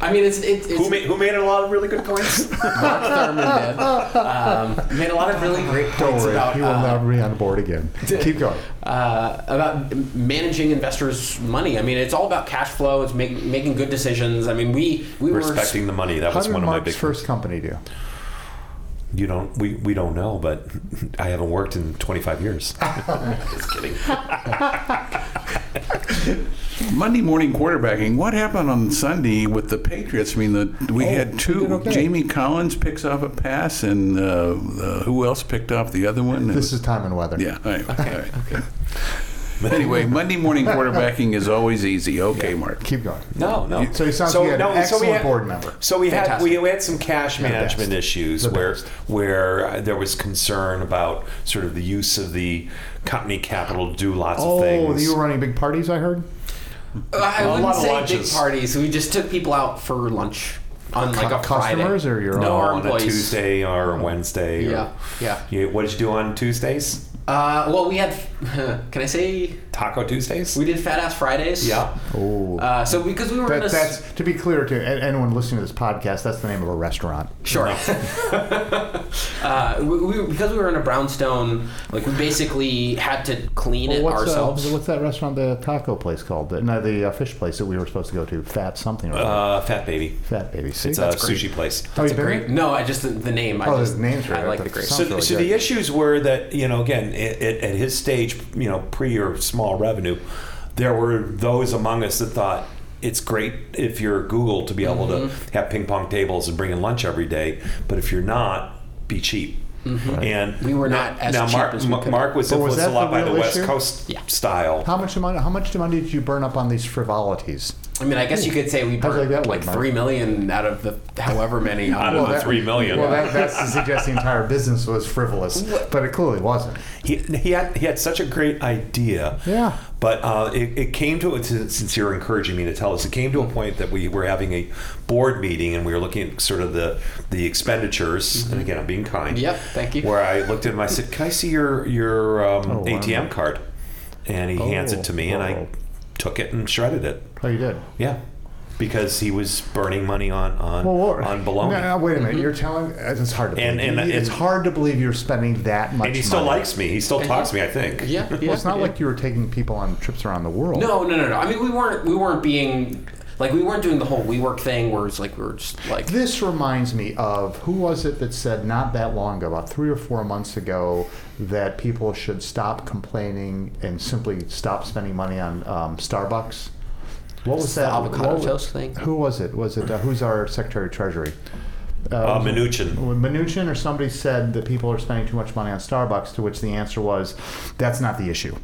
S1: I mean, it's it's, it's
S3: who, made, who made a lot of really good points?
S1: Mark Thurman did um, made a lot of really great
S2: *laughs* Don't
S1: points
S2: worry,
S1: about
S2: he will
S1: uh,
S2: not be on the
S1: *laughs*
S2: board again. Keep going.
S1: uh, about m- managing investors' money. I mean, it's all about cash flow. It's make, making good decisions. I mean, we we
S3: *laughs* Respecting the money. That
S2: How
S3: was
S2: did
S3: one of my big.
S2: Mark's first company do?
S3: You don't. We, we don't know, but I haven't worked in 25 years. Just kidding.
S4: Monday morning quarterbacking. What happened on Sunday with the Patriots? I mean, the, we had two. Jamie Collins picks off a pass, and uh, uh, who else picked off the other one?
S2: This is time and weather.
S4: yeah. All right. Okay. All right. Anyway, Monday morning quarterbacking is always easy. Okay, Mark.
S2: Keep going.
S3: No, no.
S2: So it sounds like you had an
S3: so we
S2: excellent
S3: had-
S2: board member.
S3: So we had we,
S1: Fantastic.
S3: we had some cash management issues
S2: The
S3: where
S2: best.
S3: where uh, there was concern about sort of the use of the company capital to do lots
S2: Oh,
S3: of things.
S2: you were running big parties, I heard?
S1: Uh, I
S3: lot
S1: wouldn't
S3: of
S1: say
S3: lunches.
S1: big parties. We just took people out for lunch on like
S2: Cu-
S1: a
S2: customers
S1: Friday.
S2: or your
S1: no,
S3: Oh,
S2: own?
S1: our
S3: on a
S1: employees.
S3: Tuesday or a Wednesday. or-
S1: Yeah, yeah.
S3: You- what did you do on Tuesdays?
S1: Uh, well, we had. *laughs* Can I say
S3: Taco Tuesdays.
S1: we did Fat Ass Fridays?
S3: yeah.
S2: Oh.
S1: Uh, so because we were in a
S2: That,
S1: s-
S2: that's to be clear to a- anyone listening to this podcast. That's the name of a restaurant.
S1: Sure. *laughs* uh, we, we, because we were in a brownstone, like we basically had to clean it
S2: what's, uh,
S1: ourselves.
S2: what's that restaurant, the taco place called? The, no, the uh, fish place that we were supposed to go to. Fat something. Or other.
S3: Uh, fat baby.
S2: Fat baby. See?
S3: It's uh, a
S2: That's
S3: sushi place.
S2: Oh, you
S1: It's a
S2: been
S1: grape? No, I just the, the name.
S2: Oh,
S1: I
S2: the
S1: just,
S2: name's right.
S1: I like
S2: That
S1: the grape.
S2: sounds-
S3: So,
S2: really
S3: so
S2: good.
S3: the issues were that you know again at, at at his stage you know pre or small revenue, there were those among us that thought it's great if you're Google to be able
S1: Mm-hmm.
S3: to have ping pong tables and bring in lunch every day, but if you're not, be cheap. And
S1: Mm-hmm. We were not as
S3: now
S1: cheap
S3: Mark,
S1: as we
S3: Ma-
S1: could've
S3: Mark was
S2: But was
S3: influenced a
S2: that
S3: lot
S2: the
S3: by the
S2: real
S3: West
S2: issue?
S3: Coast
S1: Yeah.
S3: style.
S2: How much money? How much money did you burn up on these frivolities?
S1: I mean, I guess you could say we
S2: How's like
S1: burned
S2: that
S1: like,
S2: one, Mark?
S1: three million out of the however
S2: *laughs*
S1: many.
S3: Out of
S1: on-
S3: the three million.
S2: Well, that, that's to suggest the entire business was frivolous, but it clearly wasn't.
S3: he, he had he had such a great idea.
S2: Yeah.
S3: But uh, it, it came to it's- since you're encouraging me to tell us, it came to a point that we were having a board meeting and we were looking at sort of the the expenditures.
S2: Mm-hmm.
S3: And again, I'm being kind.
S1: Yep, thank you.
S3: Where I looked at him, I said, "Can I see your your um,
S2: Oh, wow. Oh,
S3: ATM card?" And he hands it to me, and
S2: wow.
S3: I took it and shredded it.
S2: Oh, you did.
S3: Yeah. Because he was burning money on on
S2: Well, what-
S3: on baloney.
S2: No, no, wait a minute. You're telling uh, it's hard to believe.
S3: And- and-
S2: it's
S3: and-
S2: hard to believe you're spending that much.
S3: And he still
S2: money.
S3: likes me. He still talks to me. I think.
S1: Yeah, yeah.
S2: Well, it's not
S1: yeah.
S2: like you were taking people on trips around the world.
S1: No, no, no, no. I mean, we weren't. We weren't being like we weren't doing the whole WeWork thing where it's like we were just like.
S2: This reminds me of who was it that said not that long ago, about three or four months ago, that people should stop complaining and simply stop spending money on um, Starbucks. What was that?
S1: avocado
S2: what-
S1: toast thing?
S2: Who was it? Was it uh, who's our Secretary of Treasury?
S3: Uh, Mnuchin.
S2: When Mnuchin or somebody said that people are spending too much money on Starbucks, to which the answer was, that's not the issue.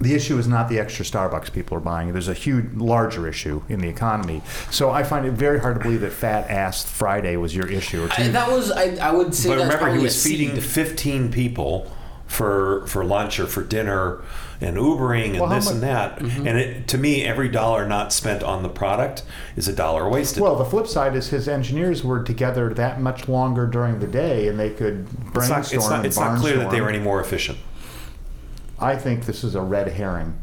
S2: The issue is not the extra Starbucks people are buying. There's a huge, larger issue in the economy. So I find it very hard to believe that Fat Ass Friday was your issue. Or
S1: I, that was I, I would say.
S3: But
S1: that's
S3: remember, he
S1: probably
S3: was
S1: a
S3: feeding
S1: seed.
S3: 15 people for for lunch or for dinner and Ubering and
S2: Well, how
S3: this
S2: much- Mm-hmm.
S3: and that. And it, to me, every dollar not spent on the product is a dollar wasted.
S2: well, the flip side is his engineers were together that much longer during the day, and they could
S3: it's
S2: brainstorm
S3: not, it's not,
S2: and
S3: it's not clear that they were
S2: barnstorm.
S3: any more efficient.
S2: I think this is a red herring.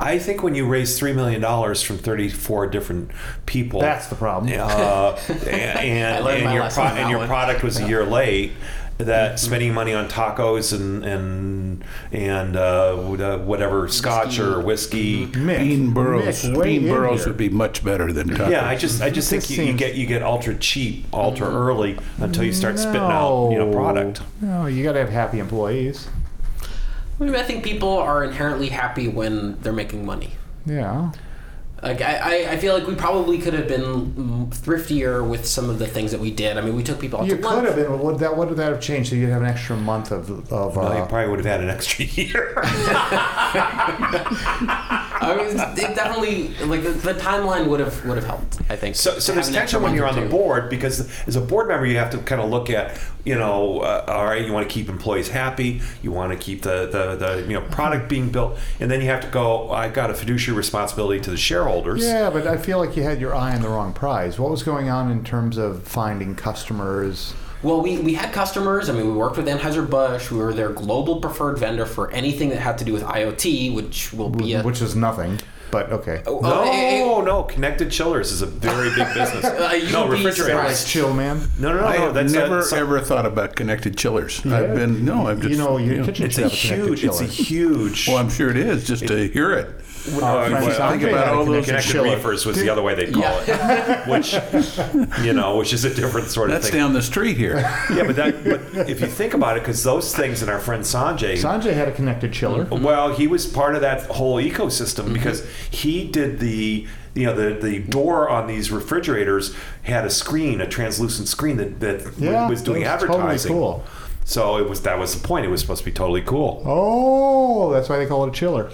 S3: I think when you raise three million dollars from thirty-four different people,
S2: That's the problem.
S3: Uh, *laughs* and and,
S1: learned
S3: and
S1: my
S3: your
S1: lesson
S3: pro-
S1: on
S3: and
S1: that
S3: your
S1: one.
S3: product was a year late.
S2: Mm-hmm.
S3: That spending money on tacos and and and uh, wh- uh, whatever scotch or whiskey.
S2: Mick,
S4: Bean burrows.
S2: Mick, weigh
S4: Bean
S2: in
S4: burrows
S2: here.
S4: would be much better than tacos.
S3: Yeah, I just I just think
S2: This
S3: you, you
S2: seems-
S3: get you get ultra cheap, ultra early until you start spitting out you know
S2: No.
S3: product.
S2: No, you got to have happy employees.
S1: I mean, I think people are inherently happy when they're making money.
S2: Yeah.
S1: Like I, I- I feel like we probably could have been mm, thriftier with some of the things that we did. I mean, we took people out
S2: You
S1: to
S2: could
S1: lunch.
S2: have been. but Would that would that have changed? So you'd have an extra month of of.
S3: Well, you
S2: Uh,
S3: probably would have had an extra year.
S1: I mean, it definitely like the, the timeline would have would have helped. I think.
S3: So, so
S1: to
S3: there's
S1: have an extra
S3: tension when
S1: month
S3: you're
S1: or
S3: on the
S1: two.
S3: board because as a board member, you have to kind of look at, you know, uh, all right, you want to keep employees happy, you want to keep the, the, the you know product being built, and then you have to go. I've got a fiduciary responsibility to the shareholders.
S2: yeah, but I feel like you had your eye on the wrong prize. What was going on in terms of finding customers?
S1: Well, we, we had customers. I mean, we worked with Anheuser Busch. We were their global preferred vendor for anything that had to do with IoT, which will be a
S2: Which is nothing. But okay.
S1: Oh,
S3: No,
S1: eh, eh,
S3: no, connected chillers is a very big business.
S1: you'd
S3: no,
S1: be
S2: Like
S1: surprised.
S3: refrigerators.
S2: chill, man.
S3: No, no, no,
S4: I
S3: no.
S4: have
S3: That's not-
S4: never
S3: some-
S4: ever thought about connected chillers. I've been no, I've just
S2: you know, your
S4: you know.
S2: kitchen
S3: It's
S2: should
S3: a
S2: have a connected
S3: huge. It's a
S2: chiller.
S3: huge.
S4: Well, I'm sure it is just to hear it.
S3: uh,
S2: friends,
S3: well,
S2: I'm
S4: think about
S2: had a
S4: all those
S2: connected
S3: Connected
S2: chiller.
S3: reefers was the other way they call it, which you know, which is a different sort of
S4: That's
S3: thing.
S4: down the
S3: *laughs*
S4: street here.
S3: Yeah, but that but if you think about it, because those things and our friend Sanjay.
S2: Sanjay had a connected chiller.
S3: well, he was part of that whole ecosystem
S2: Mm-hmm.
S3: because he did the you know the, the door on these refrigerators had a screen, a translucent screen that that
S2: Yeah,
S3: was doing
S2: that was totally
S3: advertising.
S2: cool.
S3: So it was that was the point. It was supposed to be totally cool.
S2: Oh, that's why they call it a chiller.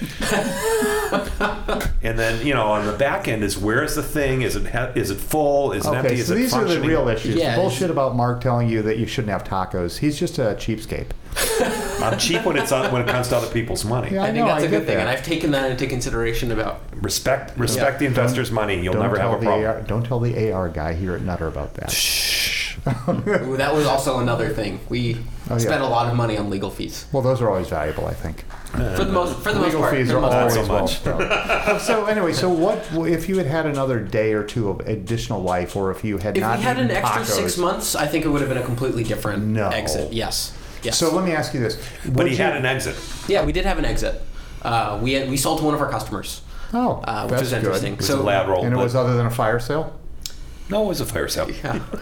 S3: And then you know on the back end is where is the thing? Is it ha- is it full? Is it empty?
S2: Okay,
S3: Is
S2: so
S3: it
S2: these are the
S3: functioning?
S2: real issues.
S1: Yeah,
S2: the bullshit about Mark telling you that you shouldn't have tacos. He's just a cheapskate.
S3: I'm cheap when it's on, when it comes to other people's money.
S2: Yeah,
S1: I think
S2: know,
S1: that's a
S2: get
S1: good thing,
S2: that.
S1: and I've taken that into consideration
S2: *laughs*
S1: about.
S3: Respect respect the investor's money. You'll
S2: don't
S3: never
S2: tell
S3: have a
S2: the
S3: problem.
S2: AR, don't tell the AR guy here at Nutter about that.
S1: Ooh, that was also another thing. We
S2: Oh, yeah.
S1: spent a lot of money on legal fees
S2: Well, those are always valuable, I think.
S1: for the most for the
S2: Uh, Legal
S1: most part.
S2: fees
S1: for the
S2: are
S1: most part.
S2: always
S3: so
S2: well
S3: much.
S2: spent. so anyway, so what if you had had another day or two of additional life, or if you had
S1: If
S2: not
S1: we had
S2: eaten
S1: an extra
S2: tacos?
S1: six months, I think it would have been a completely different
S2: No.
S1: exit. Yes. Yes.
S2: So let me ask you this:
S3: But
S2: Would
S3: he
S2: you-
S3: had an exit.
S1: yeah, we did have an exit. Uh, we had, we sold to one of our customers,
S2: oh,
S1: uh, which
S2: that's
S1: was
S2: good.
S1: interesting.
S3: It was
S1: so
S3: a lateral.
S2: and it
S3: but-
S2: was other than a fire sale.
S3: no, it was a fire
S2: *laughs*
S3: sale.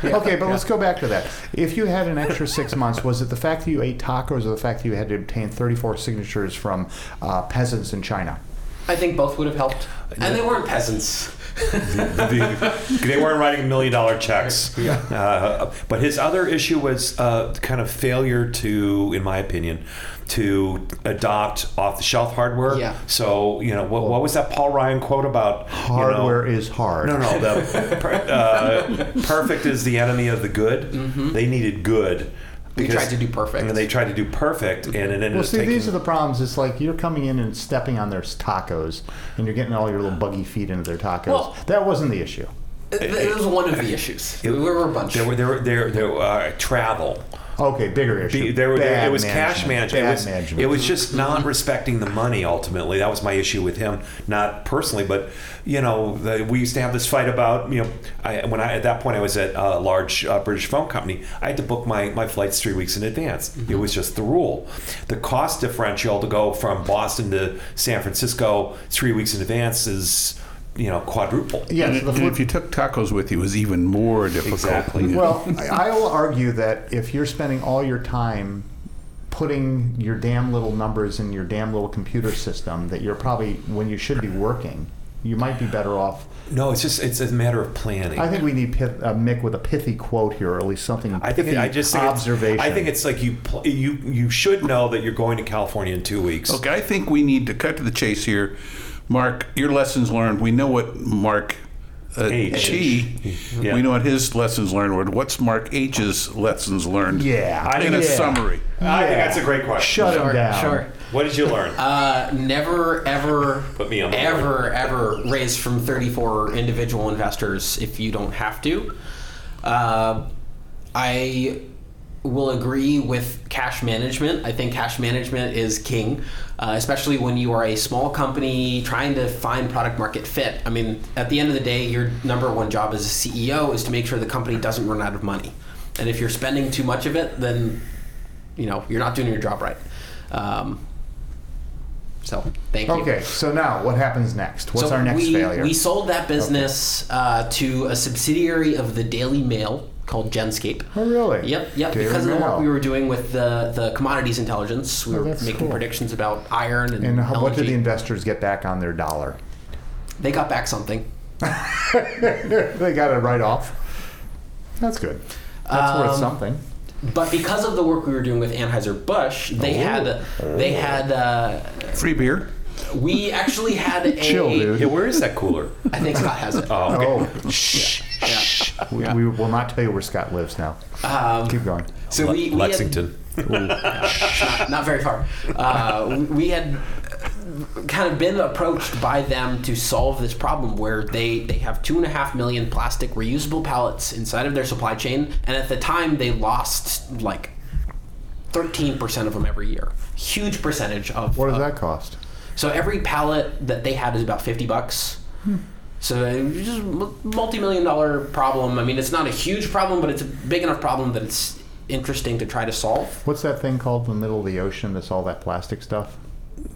S2: okay, but let's go back to that. If you had an extra *laughs* six months, was it the fact that you ate tacos or the fact that you had to obtain 34 signatures from uh, peasants in China?
S1: I think both would have helped, and they weren't peasants.
S3: The- *laughs* they weren't writing million
S2: *laughs*
S3: dollar checks. Uh, but his other issue was uh, kind of failure to, in my opinion, to adopt off the shelf hardware.
S1: Yeah.
S3: So, you know, what, what was that Paul Ryan quote about? you know-
S2: Hardware is hard.
S3: no, no. The per, uh, perfect is the enemy of the good. They needed good.
S1: Mm-hmm. They
S3: because-
S1: tried to do perfect.
S3: And they tried to do perfect, and it ended
S2: Well,
S3: up
S2: see,
S3: taking.
S2: these are the problems. It's like you're coming in and stepping on their tacos, and you're getting all your little buggy feet into their tacos.
S1: Well-
S2: that wasn't the issue.
S1: It, it was one of the issues. we were a bunch.
S3: there were there were there, there were, uh, travel.
S2: Okay, bigger
S3: Be-
S2: issue.
S3: there, were- there,
S2: Bad
S3: it was cash management. It
S2: Bad
S3: was,
S2: management.
S3: it was just not respecting the money. Ultimately, that was my issue with him. Not personally, but you know, the, we used to have this fight about you know, I, when I at that point I was at a large uh, British phone company. I had to book my my flights three weeks in advance.
S2: Mm-hmm.
S3: It was just the rule. The cost differential to go from Boston to San Francisco three weeks in advance is you know quadruple.
S2: yeah, so
S4: and,
S2: the
S4: and if you took tacos with you, it was even more difficult.
S3: Exactly.
S4: Yeah.
S2: Well, I I will argue that if you're spending all your time putting your damn little numbers in your damn little computer system, that you're probably when you should be working, you might be better off.
S3: No, it's just it's a matter of planning.
S2: I think we need pith, uh, Mick with a pithy quote here, or at least something.
S3: I think
S2: pithy
S3: I just think it's-
S2: observation.
S3: I think it's like you pl- you you should know that you're going to California in two weeks.
S4: Okay, I think we need to cut to the chase here. Mark, your lessons learned. We know what Mark uh,
S3: H.
S4: G.
S3: Yeah.
S4: We know what his lessons learned were. What's Mark H's lessons learned?
S2: Yeah. I
S4: in a
S3: think-
S2: Yeah.
S4: summary.
S3: I think
S2: Yeah.
S3: that's a great question.
S2: shut him
S1: Sure,
S2: down.
S1: sure.
S3: What did you learn?
S1: Uh, never, ever,
S3: Put me on the
S1: ever,
S3: *laughs*
S1: ever raise from 34 individual investors if you don't have to. Uh, I will agree with cash management. I think cash management is king, uh, especially when you are a small company trying to find product market fit. I mean, at the end of the day, your number one job as a CEO is to make sure the company doesn't run out of money. And if you're spending too much of it, then you know you're not doing your job right. Um, so thank you.
S2: Okay, so now what happens next? What's our next
S1: we,
S2: failure?
S1: We sold that business uh, to a subsidiary of the Daily Mail called Genscape.
S2: Oh, really?
S1: Yep, yep.
S2: Daily
S1: because of the
S2: Mail.
S1: work we were doing with the, the commodities intelligence, we
S2: Oh,
S1: were
S2: that's
S1: making
S2: cool.
S1: predictions about iron and,
S2: and how, what
S1: LNG.
S2: did the investors get back on their dollar?
S1: they got back something.
S2: They got it right off. That's good. That's
S3: Um,
S2: worth something.
S1: But because of the work we were doing with Anheuser Busch, they
S2: Oh.
S1: had they had uh,
S4: Free beer.
S1: we actually had a
S2: *laughs* Chill, dude.
S3: Yeah, where is that cooler?
S1: I think Scott has it.
S3: Oh, okay.
S2: Oh, *laughs* shh. shh. We, we will not tell you where Scott lives now.
S3: Um,
S2: Keep going.
S1: so
S3: Le-
S1: we, we had-
S3: Lexington.
S1: not, not very far. Uh, we- we had kind of been approached by them to solve this problem where they, they have two and a half million plastic reusable pallets inside of their supply chain, and at the time they lost like 13% of them every year. Huge percentage of.
S2: What
S1: of-
S3: uh,
S2: does that cost?
S1: so every pallet that they had is about 50 bucks. So it's just a multi-million dollar problem. I mean, it's not a huge problem, but it's a big enough problem that it's interesting to try to solve.
S2: What's that thing called in the middle of the ocean that's all that plastic stuff?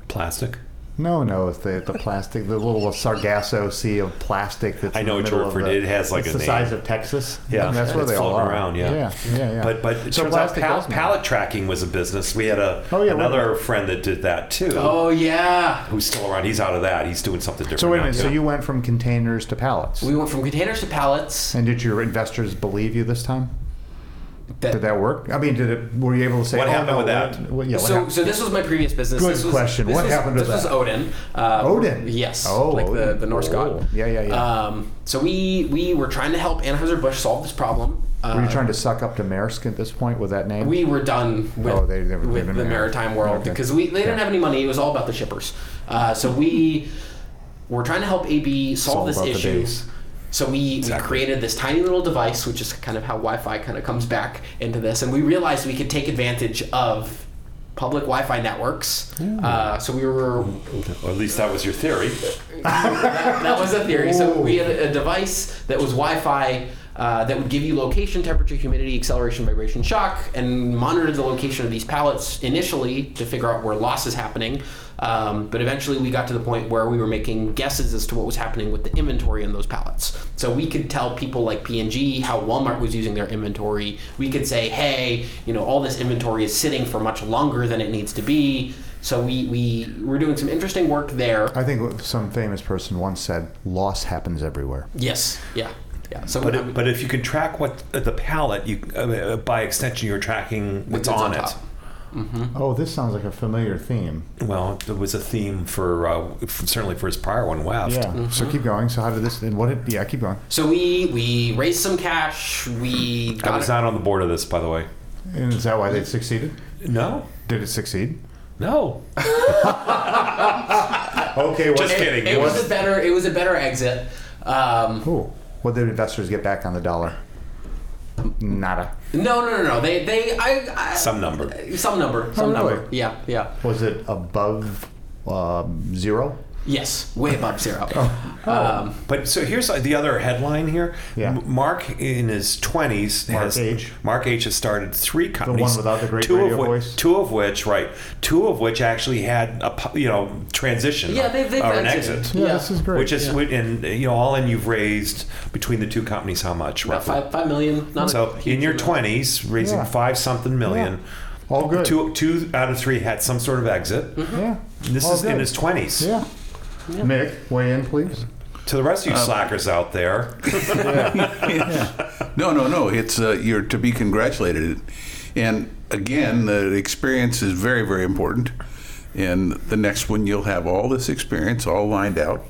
S3: Plastic.
S2: No, no, it's the, the plastic, the little Sargasso sea of plastic that's
S3: I
S2: in
S3: know
S2: the
S3: what
S2: middle
S3: you're
S2: of
S3: referring
S2: the,
S3: to. It has, like,
S2: it's the
S3: a name.
S2: size of Texas.
S3: Yeah,
S2: And that's where
S3: it's
S2: they all
S3: floating
S2: are.
S3: around, yeah.
S2: yeah, yeah, yeah.
S3: But but it
S2: so
S3: turns out
S2: plastic
S3: pal-
S2: does matter.
S3: pallet tracking was a business. We had a
S2: Oh, yeah, right.
S3: another friend that did that too.
S1: Oh yeah.
S3: Who's still around? He's out of that. He's doing something different.
S2: So wait a
S3: now,
S2: minute. So
S3: too.
S2: you went from containers to pallets,
S1: We went from containers to pallets.
S2: and did your investors believe you this time?
S1: That-
S2: Did that work? I mean, did it? Were you able to say
S3: What
S2: oh,
S3: happened
S2: no,
S3: with that?
S2: what- what- yeah, what
S1: so,
S2: happened?
S1: so this was my previous business.
S2: Good
S1: this was,
S2: question.
S1: This
S2: What
S1: was,
S2: happened to
S1: this was
S2: that?
S1: Odin. Uh,
S2: Odin?
S1: Yes.
S2: Oh,
S1: like the,
S2: Odin.
S1: the Norse god.
S2: Oh, yeah, yeah, yeah.
S1: Um, so we we were trying to help Anheuser Busch solve this problem. Uh,
S2: were you trying to suck up to Maersk at this point with that name?
S1: we were done with,
S2: Oh, they- they were
S1: with the
S2: leaving there.
S1: maritime world
S2: Okay.
S1: because we they didn't have any money. It was all about the shippers. Uh, so we were trying to help AB solve,
S2: Solve
S1: this
S2: out the
S1: issue.
S2: base.
S1: So we, we created this tiny little device, which is kind of how Wi-Fi kind of comes back into this, and we realized we could take advantage of public Wi-Fi networks. Uh, so we were
S3: or at least that was your theory.
S1: that was a theory. So we had a device that was Wi-Fi uh, that would give you location, temperature, humidity, acceleration, vibration, shock, and monitor the location of these pallets initially to figure out where loss is happening. Um, but eventually, we got to the point where we were making guesses as to what was happening with the inventory in those pallets. So we could tell people like P&G how Walmart was using their inventory. We could say, hey, you know, all this inventory is sitting for much longer than it needs to be. So we, we we're doing some interesting work there.
S2: I think some famous person once said, "Loss happens everywhere."
S1: Yes. Yeah. Yeah. So
S3: But
S1: um,
S3: it, but if you can track what uh, the pallet, you uh, by extension you're tracking what's
S1: What's on
S3: on it.
S1: top. Mm-hmm.
S2: Oh, this sounds like a familiar theme.
S3: Well, it was a theme for uh, f- certainly for his prior one, Weft.
S2: Yeah.
S1: Mm-hmm.
S2: So keep going. So how did this? And what? Did, yeah, keep going.
S1: so we we raised some cash. We
S3: I
S1: got
S3: was not on the board of this, by the way.
S2: And is that why they succeeded?
S3: No,
S2: Did it succeed?
S3: no.
S2: Okay. What,
S3: Just
S1: it,
S3: kidding.
S1: It was
S3: What?
S1: a better it was a better exit. Um,
S2: Ooh, what did investors get back on the dollar? Nada.
S1: no, no, no, no. They they I, I
S3: Some number.
S1: some number some
S2: Oh, really?
S1: number. Yeah, yeah.
S2: Was it above um, zero?
S1: Yes, way above zero.
S2: Oh.
S1: Um,
S3: But so here's the other headline here.
S2: Yeah.
S3: M- Mark in his 20s
S2: Mark
S3: has
S2: H.
S3: Mark H has started three companies.
S2: without the great
S3: two
S2: radio
S3: of which,
S2: voice?
S3: Two of which, right? Two of which actually had a pu- you know transition
S1: yeah,
S3: or-
S1: they they
S3: or an exit.
S2: Yeah,
S1: Yeah.
S2: this is great.
S3: Which is wi- and uh, you know all in you've raised between the two companies how much
S1: About
S3: roughly?
S1: five five million. Not a
S3: So in
S1: Oh, huge
S3: your
S1: amount.
S3: twenties, raising
S2: Yeah.
S3: five something million.
S2: all good.
S3: Two two out of three had some sort of exit.
S1: Mm-hmm.
S2: yeah.
S3: This
S2: all
S3: is in
S2: good.
S3: his twenties.
S2: Yeah. Mick, weigh in, please.
S3: To the rest of you slackers out there,
S4: No, no, no. It's uh, you're to be congratulated. And again, the experience is very, very important. And the next one, you'll have all this experience all lined out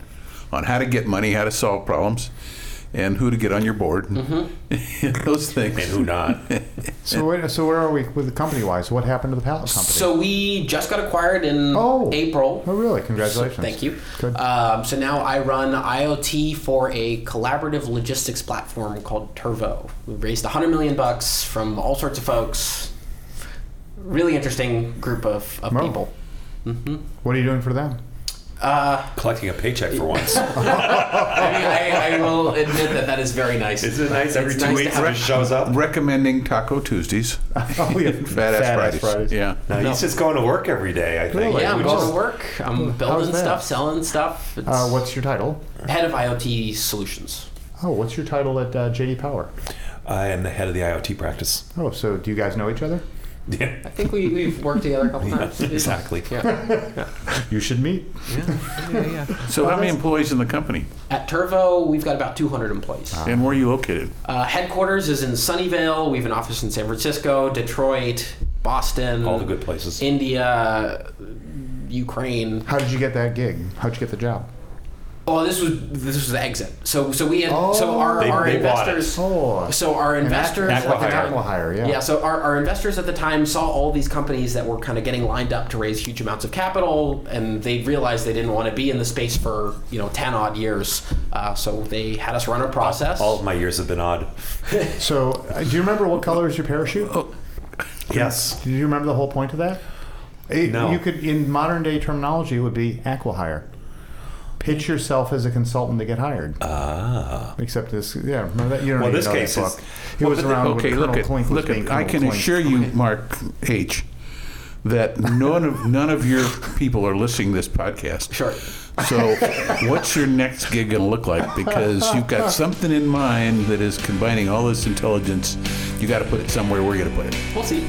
S4: on how to get money, how to solve problems, and who to get on your board, *laughs* those things.
S3: and who *laughs* not.
S2: So, wait, so where are we with the company wise? What happened to the pallet company?
S1: So we just got acquired in
S2: Oh.
S1: April.
S2: oh, really? Congratulations.
S1: Thank you.
S2: Good.
S1: Um, so now I run IoT for a collaborative logistics platform called Turvo. We raised 100 million bucks from all sorts of folks. Really interesting group of, of
S2: Wow.
S1: people.
S2: What are you doing for them?
S3: Collecting a paycheck for once.
S1: I, mean, I, I will admit that that is very nice.
S3: *laughs* Isn't it nice every
S1: It's
S3: two
S1: nice to
S3: weeks
S1: have
S3: when
S1: a-
S3: it shows up?
S4: Recommending Taco Tuesdays,
S2: Oh, yeah.
S4: *laughs* Fat Ass Fridays. Yeah.
S3: No, he's just going to work every day, I think.
S2: Really?
S1: Yeah, I'm
S3: We
S1: going
S3: just-
S1: to work. I'm
S2: How's
S1: building
S2: that?
S1: stuff, selling stuff. It's
S2: Uh, what's your title?
S1: head of IoT solutions.
S2: Oh, what's your title at uh, JD Power?
S3: I am the head of the IoT practice. *laughs*
S2: Oh, so do you guys know each other?
S3: Yeah,
S1: I think we, we've worked together a
S2: *laughs*
S1: couple times.
S3: exactly.
S2: You should meet.
S4: So, how many employees in the company,
S1: At Turvo, we've got about 200 employees.
S4: and where are you located?
S1: Uh, headquarters is in Sunnyvale. We have an office in San Francisco, Detroit, Boston,
S3: All the good places.
S1: India, Ukraine.
S2: How did you get that gig? How'd you get the job?
S1: Oh, this was this was the exit. So so we had, so
S2: Oh.
S1: our,
S3: They-
S1: our
S3: they bought it.
S1: investors.
S2: Oh,
S1: So our investors
S2: An
S1: at
S2: acqui-
S1: the
S2: like an
S1: time-
S2: acqui-hire, yeah.
S1: yeah. So our, our investors at the time saw all these companies that were kind of getting lined up to raise huge amounts of capital, and they realized they didn't want to be in the space for you know ten odd years. Uh, so they had us run a process.
S3: All of my years have been odd.
S2: So, uh, do you remember what color is your parachute?
S3: Yes.
S2: Do you remember the whole point of that? It-
S3: No.
S2: Eh, You could, in modern day terminology, it would be aquahire. Pitch yourself as a consultant to get hired. Ah. Except this, yeah. Remember that? You don't
S3: Well,
S2: even
S3: this
S2: know that
S3: case is-
S2: book. It was around
S4: Okay,
S2: when
S4: look
S2: Colonel
S4: at,
S2: Klink was
S4: look
S2: being
S4: at, I
S2: Colonel
S4: can
S2: Klink.
S4: assure you, Mark H., that none of, none of your people are listening to this podcast.
S1: Sure.
S4: So, what's your next gig going to look like? Because you've got something in mind that is combining all this intelligence. You got to put it somewhere. We're going to put it.
S1: We'll see.